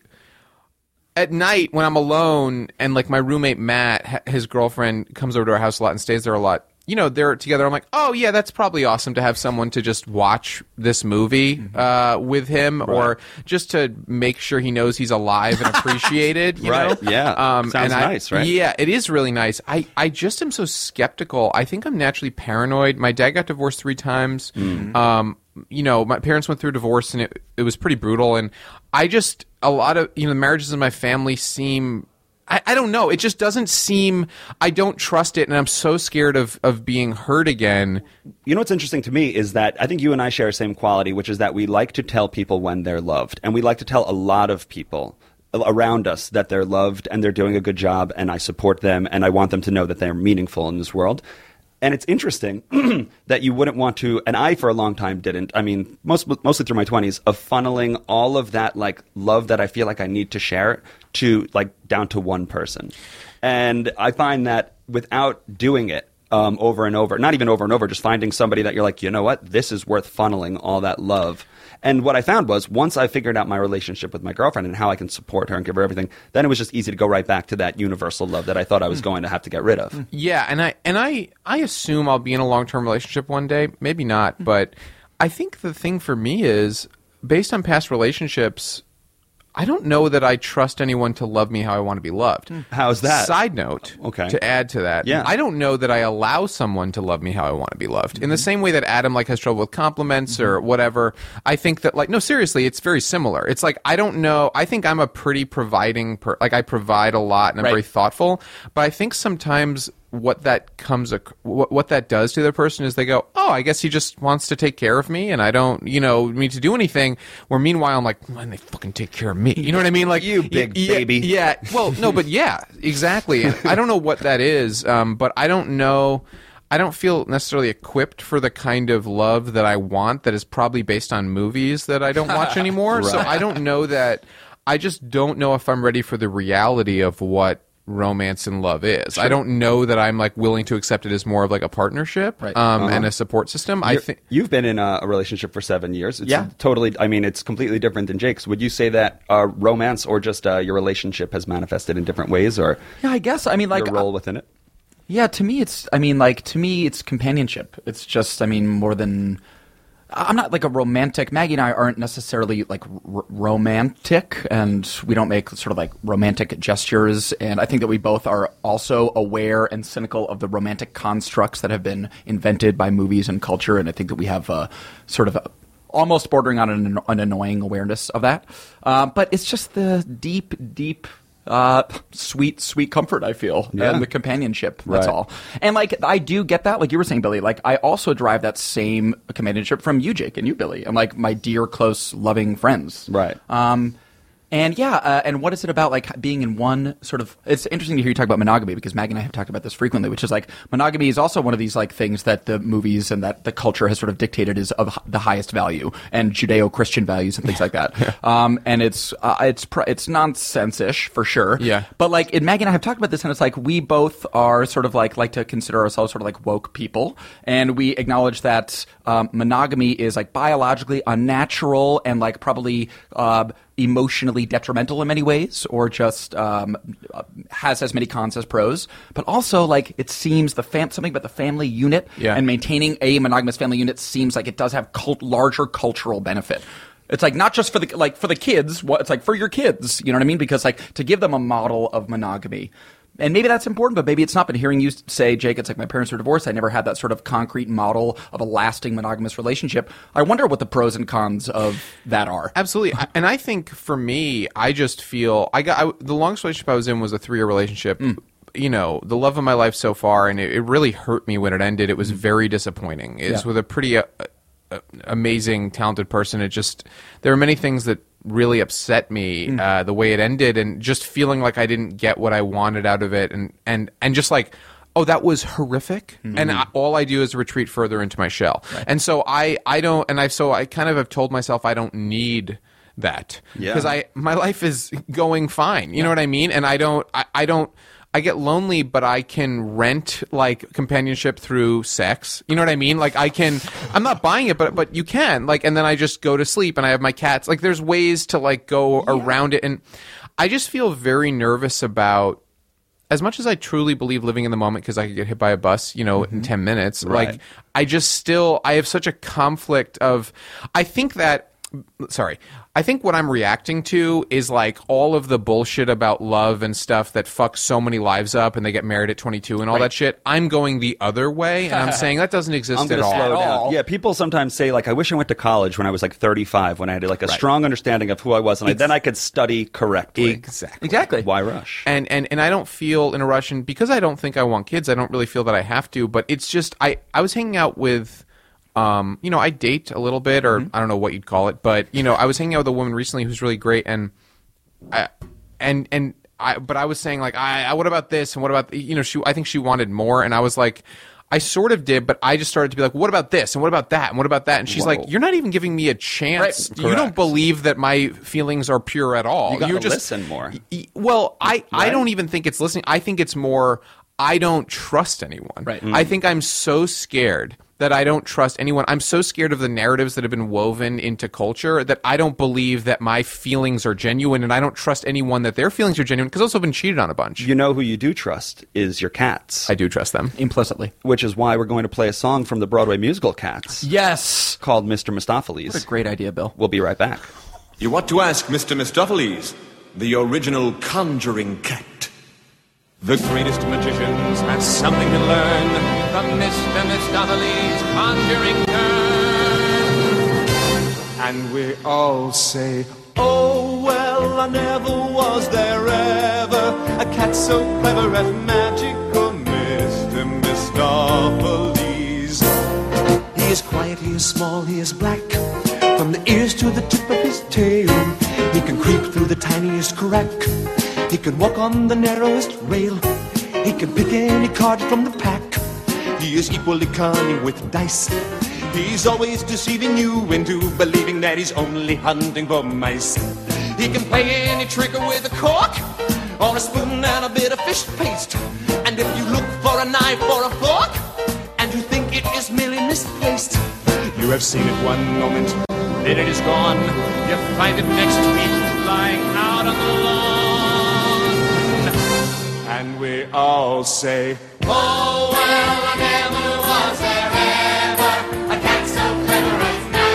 D: at night when I'm alone and like my roommate Matt, ha- his girlfriend comes over to our house a lot and stays there a lot. You know, they're together. I'm like, oh yeah, that's probably awesome to have someone to just watch this movie
C: Mm-hmm.
D: uh, with him, or just to make sure he knows he's alive and appreciated. you
C: Right.
D: know?
C: Yeah.
D: Um,
C: Sounds
D: and I-
C: nice, right?
D: Yeah, it is really nice. I, I just am so skeptical. I think I'm naturally paranoid. My dad got divorced three times. Um, you know, my parents went through a divorce and it, it was pretty brutal. And I just, a lot of, you know, the marriages in my family seem. I, I don't know. It just doesn't seem. I don't trust it, and I'm so scared of, of being hurt again.
C: You know what's interesting to me is that I think you and I share the same quality, which is that we like to tell people when they're loved, and we like to tell a lot of people a- around us that they're loved and they're doing a good job, and I support them, and I want them to know that they're meaningful in this world. And it's interesting that you wouldn't want to, and I for a long time didn't. I mean, most, mostly through my twenties, of funneling all of that like love that I feel like I need to share to like down to one person, and I find that without doing it, um, over and over. Not even over and over, just finding somebody that you're like, you know what, this is worth funneling all that love. And what I found was once I figured out my relationship with my girlfriend and how I can support her and give her everything, then it was just easy to go right back to that universal love that I thought I
B: Hmm.
C: was going to have to get rid of.
D: Yeah, and I and I I assume I'll be in a long term relationship one day. Maybe not, but I think the thing for me is based on past relationships. I don't know that I trust anyone to love me how I want to be loved.
C: How's that?
D: Side note,
C: Okay.
D: to add to that,
C: Yeah.
D: I don't know that I allow someone to love me how I want to be loved. In the same way that Adam like has trouble with compliments or
C: Mm-hmm.
D: whatever, I think that like no, seriously, it's very similar. It's like I don't know. I think I'm a pretty providing, per- like I provide a lot and I'm
B: Right.
D: very thoughtful. But I think sometimes what that comes, ac- what, what that does to the person is they go, oh, I guess he just wants to take care of me, and I don't, you know, need to do anything. Where meanwhile, I'm like, man, they fucking take care of me. You know what I mean? Like
C: You big
D: yeah,
C: baby.
D: Yeah. Well, no, but yeah, exactly. And I don't know what that is, um, but I don't know. I don't feel necessarily equipped for the kind of love that I want. That is probably based on movies that I don't watch anymore. So I don't know that. I just don't know if I'm ready for the reality of what romance and love is. I don't know that I'm like willing to accept it as more of like a partnership
B: Right.
D: um, and a support system. I
C: You're-
D: think
C: You've been in a, a relationship for seven years. It's
B: Yeah.
C: Totally. I mean, it's completely different than Jake's. Would you say that uh, romance or just uh, your relationship has manifested in different ways or
B: Yeah, I guess. I mean, like, uh,
C: your role within it?
B: yeah. To me, it's. I mean, like, to me, it's companionship. It's just. I mean, more than. I- I'm not like a romantic. Maggie and I aren't necessarily like r- romantic, and we don't make sort of like romantic gestures. And I think that we both are also aware and cynical of the romantic constructs that have been invented by movies and culture. And I think that we have a sort of a, almost bordering on an, an annoying awareness of that. Uh, but it's just the deep, deep. Uh, sweet, sweet comfort I feel, and the companionship. That's
C: Right.
B: all. And like I do get that, like you were saying, Billy. Like I also derive that same companionship from you, Jake, and you, Billy. I'm like my dear, close, loving friends.
C: Right.
B: Um, and yeah, uh, and what is it about like being in one sort of? It's interesting to hear you talk about monogamy because Maggie and I have talked about this frequently, which is like monogamy is also one of these like things that the movies and that the culture has sort of dictated is of h- the highest value and Judeo-Christian values and things like that. Um, and it's uh, it's pr- it's nonsense-ish for sure.
D: Yeah.
B: But like, and Maggie and I have talked about this, and it's like we both are sort of like like to consider ourselves sort of like woke people, and we acknowledge that um, monogamy is like biologically unnatural and like probably uh, emotionally detrimental in many ways, or just um, uh, has as many cons as pros. But also, like, it seems the fam- something about the family unit
D: Yeah.
B: and maintaining a monogamous family unit seems like it does have cult- larger cultural benefit. It's like not just for the like for the kids. What it's like for your kids. You know what I mean? Because like to give them a model of monogamy, and maybe that's important, but maybe it's not. But hearing you say, Jake, it's like my parents were divorced. I never had that sort of concrete model of a lasting monogamous relationship. I wonder what the pros and cons of that are.
D: Absolutely, I- and I think for me, I just feel I got I, the longest relationship I was in was a three-year relationship. You know, the love of my life so far, and it, it really hurt me when it ended. It was very disappointing. It was
B: Yeah.
D: with a pretty uh, uh, amazing, talented person. It just there were many things that really upset me uh, the way it ended, and just feeling like I didn't get what I wanted out of it, and and and just like. Oh, that was horrific, and I, all I do is retreat further into my shell. And so I, I don't, and I so I kind of have told myself I don't need that
C: Yeah.
D: because I my life is going fine. You know what I mean? And I don't I, I don't I get lonely, but I can rent like companionship through sex. You know what I mean? Like I can I'm not buying it, but but you can. Like and then I just go to sleep and I have my cats. Like there's ways to like go around it and I just feel very nervous about as much as I truly believe living in the moment because I could get hit by a bus, you know,
C: Mm-hmm.
D: in 10 minutes, like I just still I have such a conflict of I think that sorry. I think what I'm reacting to is like all of the bullshit about love and stuff that fucks so many lives up and they get married at 22 and all that shit. I'm going the other way and I'm saying that doesn't exist
C: I'm
D: at
C: gonna
D: all.
C: slow down. Yeah, people sometimes say like, "I wish I went to college when I was like 35, when I had like a strong understanding of who I was, and I, then I could study correctly."
D: Exactly.
B: Exactly.
C: Why rush?
D: and and and I don't feel in a rush, and because I don't think I want kids, I don't really feel that I have to. But it's just I I was hanging out with. Um, you know, I date a little bit, or
C: Mm-hmm.
D: I don't know what you'd call it, but you know, I was hanging out with a woman recently who's really great, and I, and and I, but I was saying like, I, I, what about this, and what about you know, she, I think she wanted more, and I was like, I sort of did, but I just started to be like, what about this, and what about that, and what about that, and she's like, you're not even giving me a chance.
B: Right.
D: You don't
C: Correct.
D: believe that my feelings are pure at all.
C: You gotta
D: You're just
C: listen more.
D: Y- well i i
C: Right?
D: don't even think it's listening i think it's more i don't trust anyone
B: Right.
D: i
C: Mm.
D: think i'm so scared that i don't trust anyone i'm so scared of the narratives that have been woven into culture that i don't believe that my feelings are genuine and i don't trust anyone that their feelings are genuine because i've also been cheated on a bunch
C: you know who you do trust is your cats,
D: i do trust them
B: Implicitly.
C: which is why we're going to play a song from the Broadway musical Cats
B: Yes.
C: called "Mr. Mistopheles."
B: What a great idea, Bill.
C: We'll be right back.
G: You want to ask Mr. Mistopheles, the original conjuring cat. The greatest magicians have something to learn from Mr. Mistopheles' conjuring turn. And we all say, Oh, well, I never was there ever a cat so clever at magical Mr. Mistopheles.
H: He is quiet, he is small, he is black. From the ears to the tip of his tail, he can creep through the tiniest crack. He can walk on the narrowest rail. He can pick any card from the pack.
G: He is equally cunning with dice. He's always deceiving you into believing that he's only hunting for mice. He can play any trigger with a cork, or a spoon and a bit of fish paste. And if you look for a knife or a fork, and you think it is merely misplaced, you have seen it one moment, then it is gone. You find it next week, lying out on the lawn. And we all say, Oh, well, I never was there ever a cat so clever as now.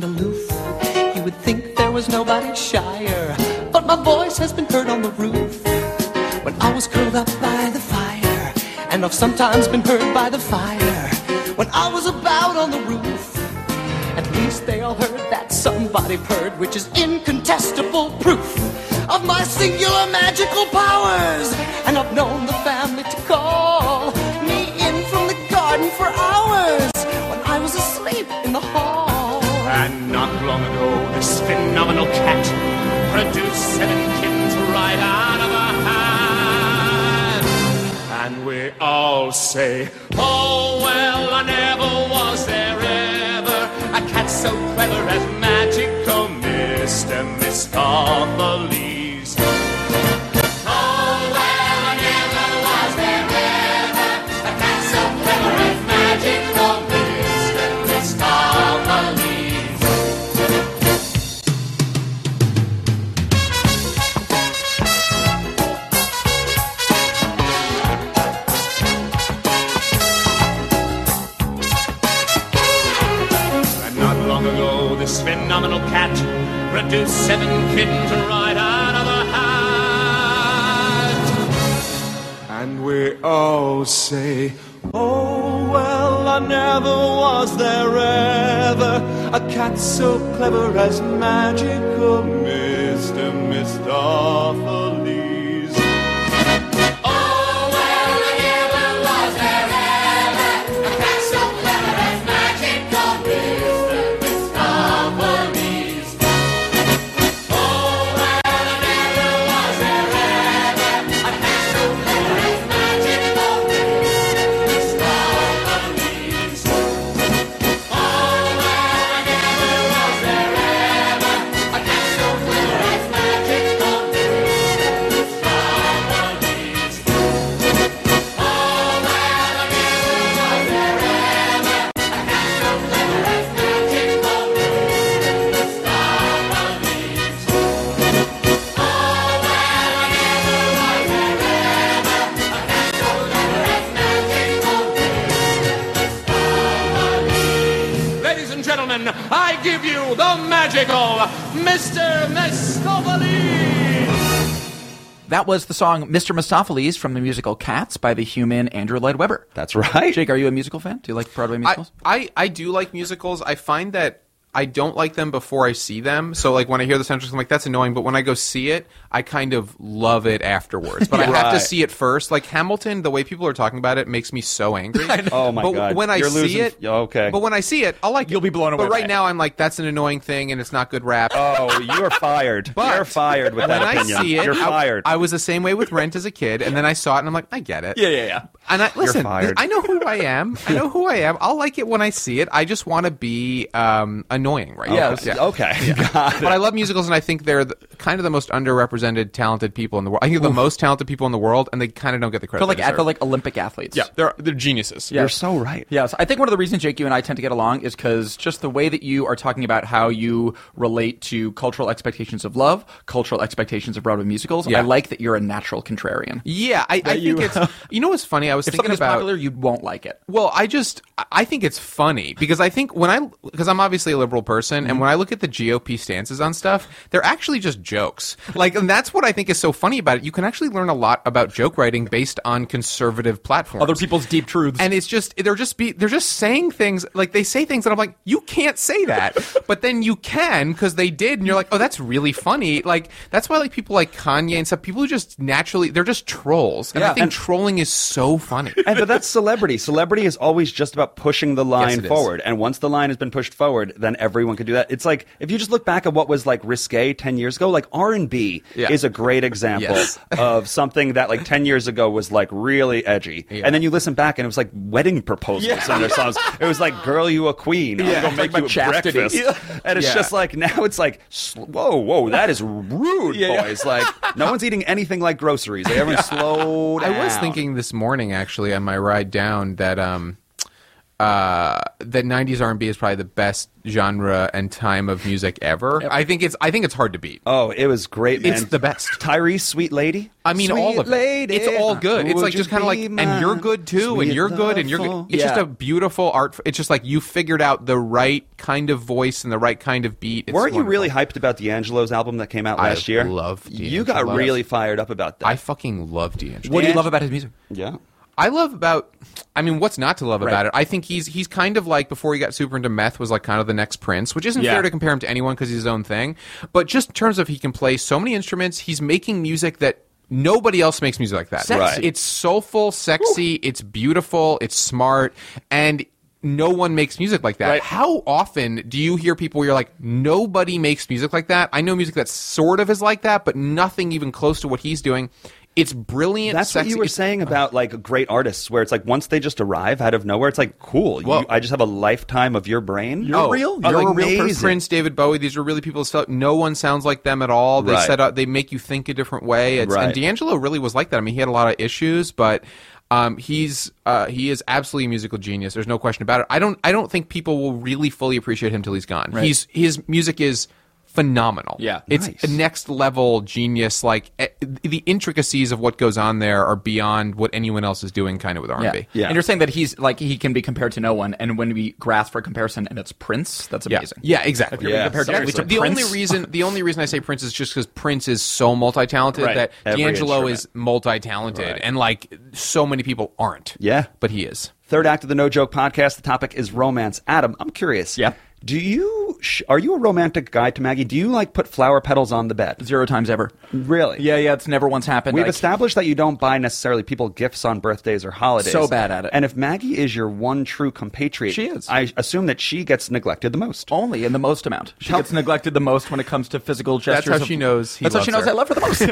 I: aloof. You would think there was nobody shyer, but my voice has been heard on the roof. When I was curled up by the fire, and I've sometimes been heard by the fire. When I was about on the roof, at least they all heard that somebody purred, which is incontestable proof of my singular magical powers. And I've known the family to call me in from the garden for hours when I was asleep in the hall.
G: And not long ago, this phenomenal cat produced seven kittens right out of a hat. And we all say, Oh, well, I never was there ever. A cat so clever as magical Mr. Mistopheles. Oh, well, I never was there ever. A cat so clever as magical Mr. Mistopheles. And not long ago, this phenomenal cat produced seven kittens right out of a hat. And we all say, Oh, well, I never was there ever. A cat so clever as magical, Mr. Mistopheles. Oh, well, I never was there ever. A cat so clever as magical, Mr. Mistopheles. Oh, well, I never was there ever. A cat so clever as magical, Mr. Mistopheles. Oh, well, I never was there ever. A cat so clever as magical, Mr. Mistopheles. Ladies and gentlemen, I give you the magical Mr. Mistopheles.
B: That was the song Mr. Mistopheles from the musical Cats by the human Andrew Lloyd Webber.
C: That's right.
B: Jake, are you a musical fan? Do you like Broadway
D: I,
B: musicals?
D: I, I do like musicals. I find that I don't like them before I see them. So like when I hear the soundtrack, I'm like, that's annoying. But when I go see it, I kind of love it afterwards. But I have to
C: Right.
D: see it first. Like Hamilton, the way people are talking about it makes me so angry.
C: Oh my
D: but
C: God.
D: When I
C: You're
D: see
C: losing-
D: it,
C: Yeah, okay.
D: But when I see it, I'll like
B: You'll
D: it.
B: be blown away
D: But right
B: by it.
D: now, I'm like, that's an annoying thing, and it's not good rap.
C: Oh, you're fired.
D: But
C: you're fired with
D: when
C: that
D: I
C: opinion.
D: see it,
C: you're
D: I-
C: fired.
D: I, was the same way with Rent as a kid, and then I saw it, and I'm like, I get it.
B: yeah, yeah.
D: And I listen.
C: fired.
D: I know who I am. I know who I am. I'll like it when I see it. I just want to be um, annoying right now.
B: Okay.
C: okay. Got it.
D: But I love musicals, and I think they're the, kind of the most underrepresented, talented people in the world. I think they're the most talented people in the world, and they kind of don't get the credit.
B: They're like,
D: they deserve.
B: they're like Olympic athletes.
D: yeah, they're they're geniuses.
B: Yeah.
C: You're so right.
B: Yes, I think one of the reasons Jake, you and I tend to get along is because just the way that you are talking about how you relate to cultural expectations of love, cultural expectations of Broadway musicals.
D: Yeah.
B: I like that you're a natural contrarian.
D: yeah. I, I think
C: you-
D: it's you know what's funny. I was
B: If
D: thinking
B: something is
D: about
B: popular, you won't like it.
D: Well, I just I think it's funny because I think when I because I'm obviously a liberal person,
B: Mm-hmm.
D: and when I look at the GOP stances on stuff, they're actually just jokes. Like, and that's what I think is so funny about it. You can actually learn a lot about joke writing based on conservative platforms.
B: people's deep truths.
D: and it's just they're just be they're just saying things like they say things that I'm like you can't say that, but then you can because they did, and you're like oh that's really funny. Like that's why like people like Kanye and stuff, people who just naturally they're just trolls, and I
B: Yeah.
D: think
B: And-
D: trolling is so funny.
C: and but that's celebrity. Celebrity is always just about pushing the line
D: it is.
C: forward. And once the line has been pushed forward, then everyone can do that. It's like if you just look back at what was like risque ten years ago, like R and B
D: Yeah.
C: is a great example
D: Yes.
C: of something that like ten years ago was like really edgy. And then you listen back and it was like wedding proposals in their songs. It was like "Girl, you a queen." I'm gonna make you
B: chastity.
C: breakfast. And it's
D: Yeah.
C: just like now it's like sl- whoa, whoa, that is rude, boys. Like no one's eating anything like groceries. Like, everyone's slow down.
D: I was thinking this morning, actually, on my ride down, that um, uh, that '90s R&B is probably the best genre and time of music ever. I think it's I think it's hard to beat.
C: Oh, it was great, man.
D: It's the best.
C: Tyree, sweet lady.
D: I mean,
C: Sweet
D: all of it.
C: lady,
D: It's all good. It's
C: would
D: like
C: you
D: just kind of like,
C: be
D: and you're
C: mine?
D: good too, and
C: Sweet
D: you're good, and you're
C: lawful.
D: good. It's just
C: Yeah.
D: a beautiful art. It's just like you figured out the right kind of voice and the right kind of beat. It's
C: Weren't you
D: wonderful.
C: really hyped about D'Angelo's album that came out
D: I
C: last year?
D: love
C: You got
D: D'Angelo.
C: really fired up about that.
D: I fucking love D'Angelo.
B: What do you
C: And-
B: love about his music?
C: yeah.
D: I love about. I mean, what's not to love
B: Right.
D: about it? I think he's he's kind of like before he got super into meth was like kind of the next Prince, which isn't
B: Yeah.
D: fair to compare him to anyone because he's his own thing. But just in terms of he can play so many instruments, he's making music that nobody else makes music like that.
B: Sexy.
C: Right.
D: It's soulful, sexy. It's beautiful. It's smart and. No one makes music like that.
B: Right.
D: How often do you hear people where you're like, nobody makes music like that? I know music that sort of is like that, but nothing even close to what he's doing. It's brilliant.
C: That's
D: sexy.
C: what you were
D: it's
C: saying about like great artists, where it's like once they just arrive out of nowhere, it's like cool.
D: Whoa.
C: You, I just have a lifetime of your brain.
D: Oh,
C: Oh,
D: You're a real person.
C: amazing.
D: Prince, David Bowie. These are really people. So no one sounds like them at all. They
C: Right.
D: set up. They make you think a different way. It's, And
C: Right.
D: D'Angelo really was like that. I mean, he had a lot of issues, but um, he's uh, he is absolutely a musical genius. There's no question about it. I don't I don't think people will really fully appreciate him till he's gone. He's his music is phenomenal.
B: Yeah.
D: it's
C: Nice.
D: a next level genius. Like eh, the intricacies of what goes on there are beyond what anyone else is doing. Kind of with R&B.
C: Yeah.
B: And you're saying that he's like he can be compared to no one, and when we grasp for comparison, and it's Prince, that's
D: Yeah.
B: amazing.
D: Yeah, exactly.
B: If you're
C: Yeah,
B: compared directly to
D: the
B: Prince,
D: only reason the only reason I say Prince is just because Prince is so multi talented
B: Right.
D: that
C: Every
D: D'Angelo
C: instrument.
D: is multi talented
C: Right.
D: and like so many people aren't.
C: Yeah.
D: but he is.
C: Third act of the No Joke podcast. The topic is romance. Adam, I'm curious.
B: Yeah.
C: Do you sh- are you a romantic guy to Maggie? Do you like put flower petals on the bed?
B: zero times ever.
C: Really?
B: Yeah, yeah. It's never once happened.
C: We've
B: Like,
C: established that you don't buy necessarily people gifts on birthdays or holidays.
B: So bad at it.
C: And if Maggie is your one true compatriot,
B: She is.
C: I assume that she gets neglected the most.
B: only in the most amount. She
C: Tell-
B: gets neglected the most when it comes to physical gestures.
D: how
B: of-
D: she knows he
B: That's how
D: loves
B: she knows
D: her.
B: I love her the most.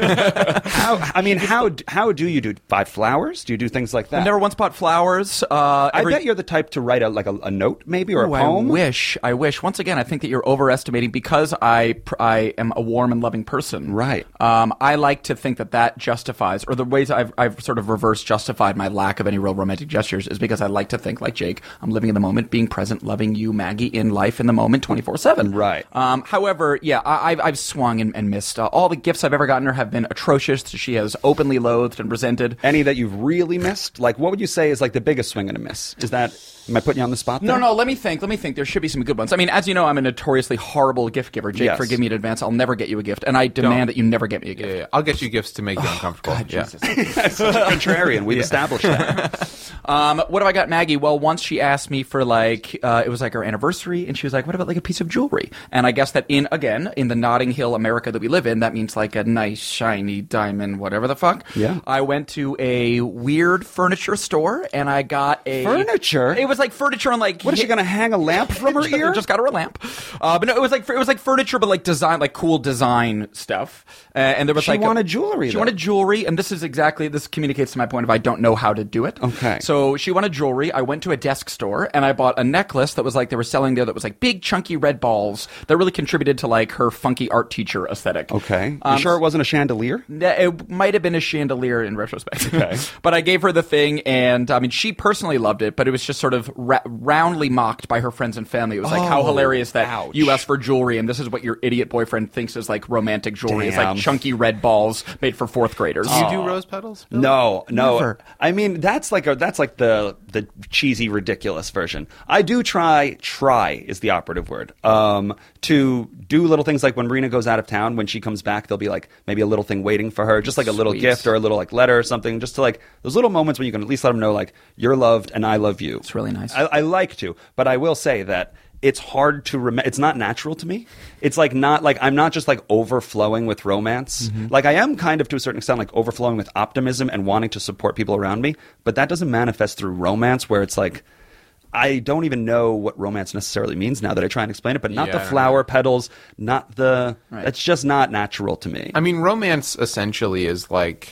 C: How, I mean, how d- how do you do? Buy flowers? Do you do things like that?
B: Never once bought flowers. Uh,
C: I
B: every-
C: bet you're the type to write a like a, a note, maybe, or
B: Ooh,
C: a
B: I
C: poem.
B: wish. I wish. Once again, I think that you're overestimating because I pr- I am a warm and loving person.
C: Right.
B: Um, I like to think that that justifies, or the ways I've I've sort of reverse justified my lack of any real romantic gestures is because I like to think like Jake. I'm living in the moment, being present, loving you, Maggie, in life, in the moment, twenty four seven.
C: Right.
B: Um, however, yeah, I, I've I've swung and, and missed. Uh, all the gifts I've ever gotten her have been atrocious. She has openly loathed and resented.
C: Any that you've really missed? Like, what would you say is like the biggest swing and a miss? Is that? Am I putting you on the spot?
B: No,
C: there?
B: no. Let me think. Let me think. There should be some good ones. I mean, as you know, I'm a notoriously horrible gift giver. Jake,
C: Yes.
B: forgive me in advance. I'll never get you a gift, and I demand
D: Don't.
B: that you never get me a
D: Yeah,
B: gift.
D: yeah. I'll get you gifts to make
C: Oh,
D: you uncomfortable. yeah.
C: contrarian. We've established that.
B: Um, what have I got, Maggie? Well, once she asked me for like uh, it was like her anniversary, and she was like, "What about like a piece of jewelry?" And I guess that in again in the Notting Hill America that we live in, that means like a nice shiny diamond, whatever the fuck.
C: Yeah.
B: I went to a weird furniture store, and I got a
C: Furniture?
B: It was like furniture on like
C: What is she
B: hi-
C: going to hang a lamp from her
B: just,
C: ear?
B: Just got her a lamp. Uh, but no, it was like it was like furniture, but like design, like cool design stuff. Uh, and there was
C: She
B: like
C: wanted jewelry,
B: She
C: though.
B: wanted jewelry, and this is exactly this communicates to my point of I don't know how to do it.
C: Okay.
B: So she wanted jewelry. I went to a desk store and I bought a necklace that was like they were selling there that was like big chunky red balls that really contributed to like her funky art teacher aesthetic.
C: okay. You
B: Um,
C: sure it wasn't a chandelier?
B: yeah, it might have been a chandelier in retrospect. but I gave her the thing, and I mean, she personally loved it, but it was just sort of ra- roundly mocked by her friends and family. It was like,
C: Oh,
B: how hilarious that
D: ouch.
B: you asked for jewelry, and this is what your idiot boyfriend thinks is like romantic jewelry. It's
C: Damn.
B: like chunky red balls made for fourth graders.
D: Do you do rose petals? Bill?
C: No, no.
B: Never.
C: I mean, that's like a that's like the the cheesy, ridiculous version. I do try. Try is the operative word. Um, to do little things like when Marina goes out of town, when she comes back, there'll be like maybe a little thing waiting for her, just like a little
B: Sweet.
C: gift or a little like letter or something, just to like those little moments when you can at least let them know like you're loved and I love you. It's
B: really nice.
C: I, I like to, but I will say that. It's hard to remember. It's not natural to me. It's like not like I'm not just like overflowing with romance.
D: Mm-hmm.
C: Like I am kind of to a certain extent like overflowing with optimism and wanting to support people around me, but that doesn't manifest through romance where it's like I don't even know what romance necessarily means now that I try and explain it, but not
D: Yeah,
C: the
D: I don't
C: flower petals, not the
B: Right.
C: that's just not natural to me.
D: I mean, romance essentially is like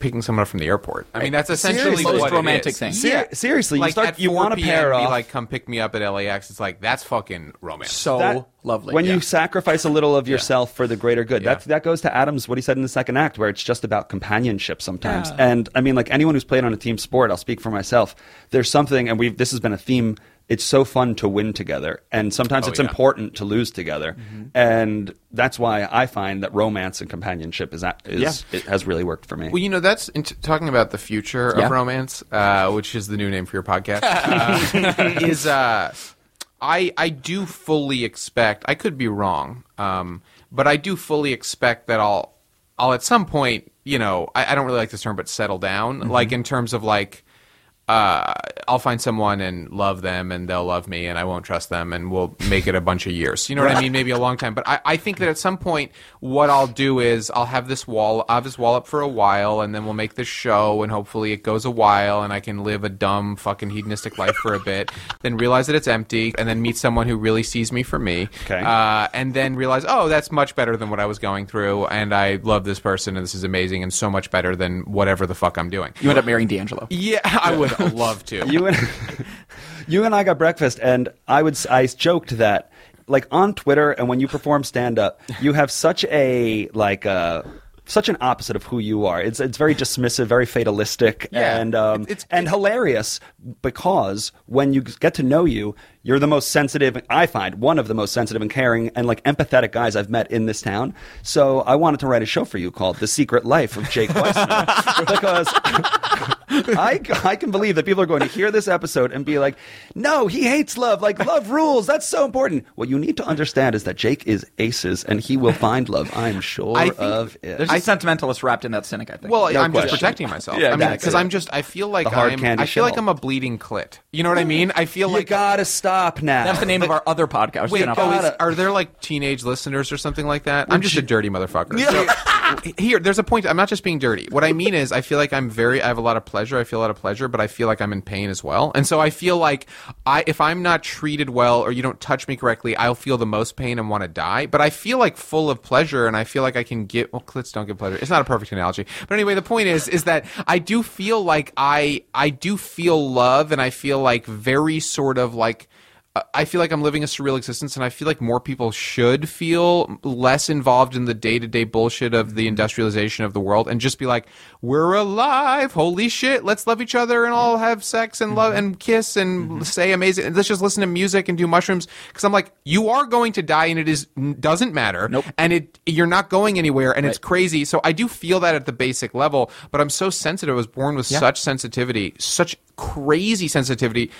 D: picking someone up from the airport. I mean, that's essentially
B: Seriously. Most
D: what it
B: romantic
D: is.
B: thing.
C: Ser-
D: Yeah.
C: seriously, you
D: like
C: start-
D: at
C: you
D: 4
C: wanna
D: PM,
C: pair
D: be
C: off.
D: like, come pick me up at LAX. It's like that's fucking romance.
B: So
C: That-
B: lovely.
C: When
B: Yeah.
C: you sacrifice a little of yourself for the greater good,
D: Yeah.
C: That's that goes to Adams what he said in the second act, where it's just about companionship sometimes. And I mean, like anyone who's played on a team sport, I'll speak for myself. There's something, and we've this has been a theme. It's so fun to win together, and sometimes
D: Oh,
C: it's
D: yeah.
C: important to lose together, and that's why I find that romance and companionship is that is it has really worked for me.
D: Well, you know, that's in t- talking about the future
B: Yeah.
D: of romance, uh, which is the new name for your podcast. uh, is uh, I I do fully expect. I could be wrong, um, but I do fully expect that I'll I'll at some point. You know, I, I don't really like this term, but settle down. Like in terms of like. Uh, I'll find someone and love them, and they'll love me, and I won't trust them, and we'll make it a bunch of years. You know what I mean? Maybe a long time. But I, I think that at some point, what I'll do is I'll have this wall, I'll have this wall up for a while, and then we'll make this show, and hopefully it goes a while, and I can live a dumb fucking hedonistic life for a bit, then realize that it's empty, and then meet someone who really sees me for me.
C: Okay.
D: Uh, and then realize, oh, that's much better than what I was going through, and I love this person, and this is amazing, and so much better than whatever the fuck I'm doing.
B: you end up marrying D'Angelo.
D: Yeah, I would love to.
C: you and you and I got breakfast, and I would s- I joked that like on Twitter and when you perform stand up, you have such a like uh such an opposite of who you are. It's it's very dismissive, very fatalistic,
D: Yeah.
C: and um,
D: It's- it's-
C: and hilarious because when you get to know you, you're the most sensitive. I find one of the most sensitive and caring and like empathetic guys I've met in this town. So I wanted to write a show for you called "The Secret Life of Jake Weissman" because I, I can believe that people are going to hear this episode and be like, no, he hates love. Like, love rules. That's so important. What you need to understand is that Jake is aces and he will find love. I'm sure
D: I think
C: of it.
B: There's a sentimentalist wrapped in that cynic, I think.
D: Well,
C: No
D: I'm
C: question.
D: just protecting myself.
C: Yeah,
D: I mean,
C: that's
D: because
C: it.
D: I'm just. I feel like
C: The hard
D: I'm.
C: candy
D: I feel like
C: shell.
D: I'm a bleeding clit. You know what I mean? I feel
C: you
D: like.
C: gotta stop now.
B: that's the name of our other podcast.
D: Wait,
B: Get
D: oh,
B: off-
D: is- are there like teenage listeners or something like that? I'm just a dirty motherfucker. So, here, there's a point. I'm not just being dirty. What I mean is, I feel like I'm very. I have a lot of pleasure. I feel a lot of pleasure, but I feel like I'm in pain as well. And so I feel like I, if I'm not treated well or you don't touch me correctly, I'll feel the most pain and want to die. But I feel like full of pleasure, and I feel like I can get. Well, clits don't get pleasure. It's not a perfect analogy, but anyway, the point is, is that I do feel like I, I do feel love, and I feel like very sort of like. I- I feel like I'm living a surreal existence, and I feel like more people should feel less involved in the day to day bullshit of the industrialization of the world and just be like, we're alive. Holy shit. Let's love each other and all have sex and love and kiss and say amazing. And let's just listen to music and do mushrooms. Cause I'm like, you are going to die and it is, doesn't matter.
B: Nope.
D: And it, you're not going anywhere and it's crazy. So I do feel that at the basic level, but I'm so sensitive. I was born with such sensitivity, such crazy sensitivity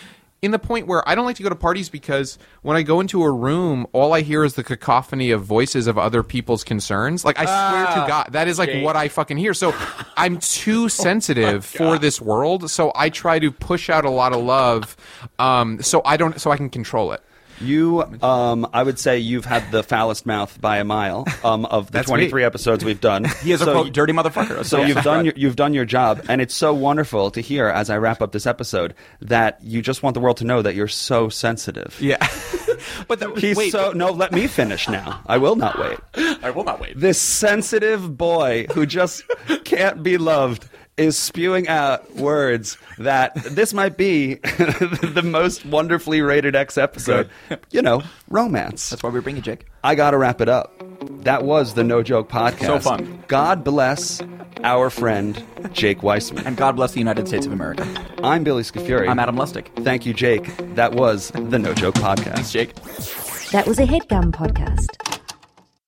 D: in the point where I don't like to go to parties because when I go into a room, all I hear is the cacophony of voices of other people's concerns. Like I swear to God, that is like what I fucking hear. So I'm too sensitive for this world. So I try to push out a lot of love, um, so I don't, so I can control it.
C: You, um, I would say you've had the foulest mouth by a mile um, of the
D: That's
C: 23
D: me.
C: episodes we've done.
B: he is a
C: So-
B: quote, dirty motherfucker.
C: So you've done your, you've done your job, and it's so wonderful to hear as I wrap up this episode that you just want the world to know that you're so sensitive.
D: Yeah, but the,
C: He's
D: wait,
C: so no. Let me finish now. I will not wait.
B: I will not wait.
C: This sensitive boy who just can't be loved is spewing out words that this might be the most wonderfully rated X episode. You know, romance.
B: That's why we bring you, Jake.
C: I gotta wrap it up. That was the No Joke Podcast.
B: So fun.
C: God bless our friend Jake Weissman.
B: And God bless the United States of America.
C: I'm Billy Scafuri.
B: I'm Adam Lustig.
C: Thank you, Jake. That was the No Joke Podcast.
B: Jake.
A: That was a headgum podcast.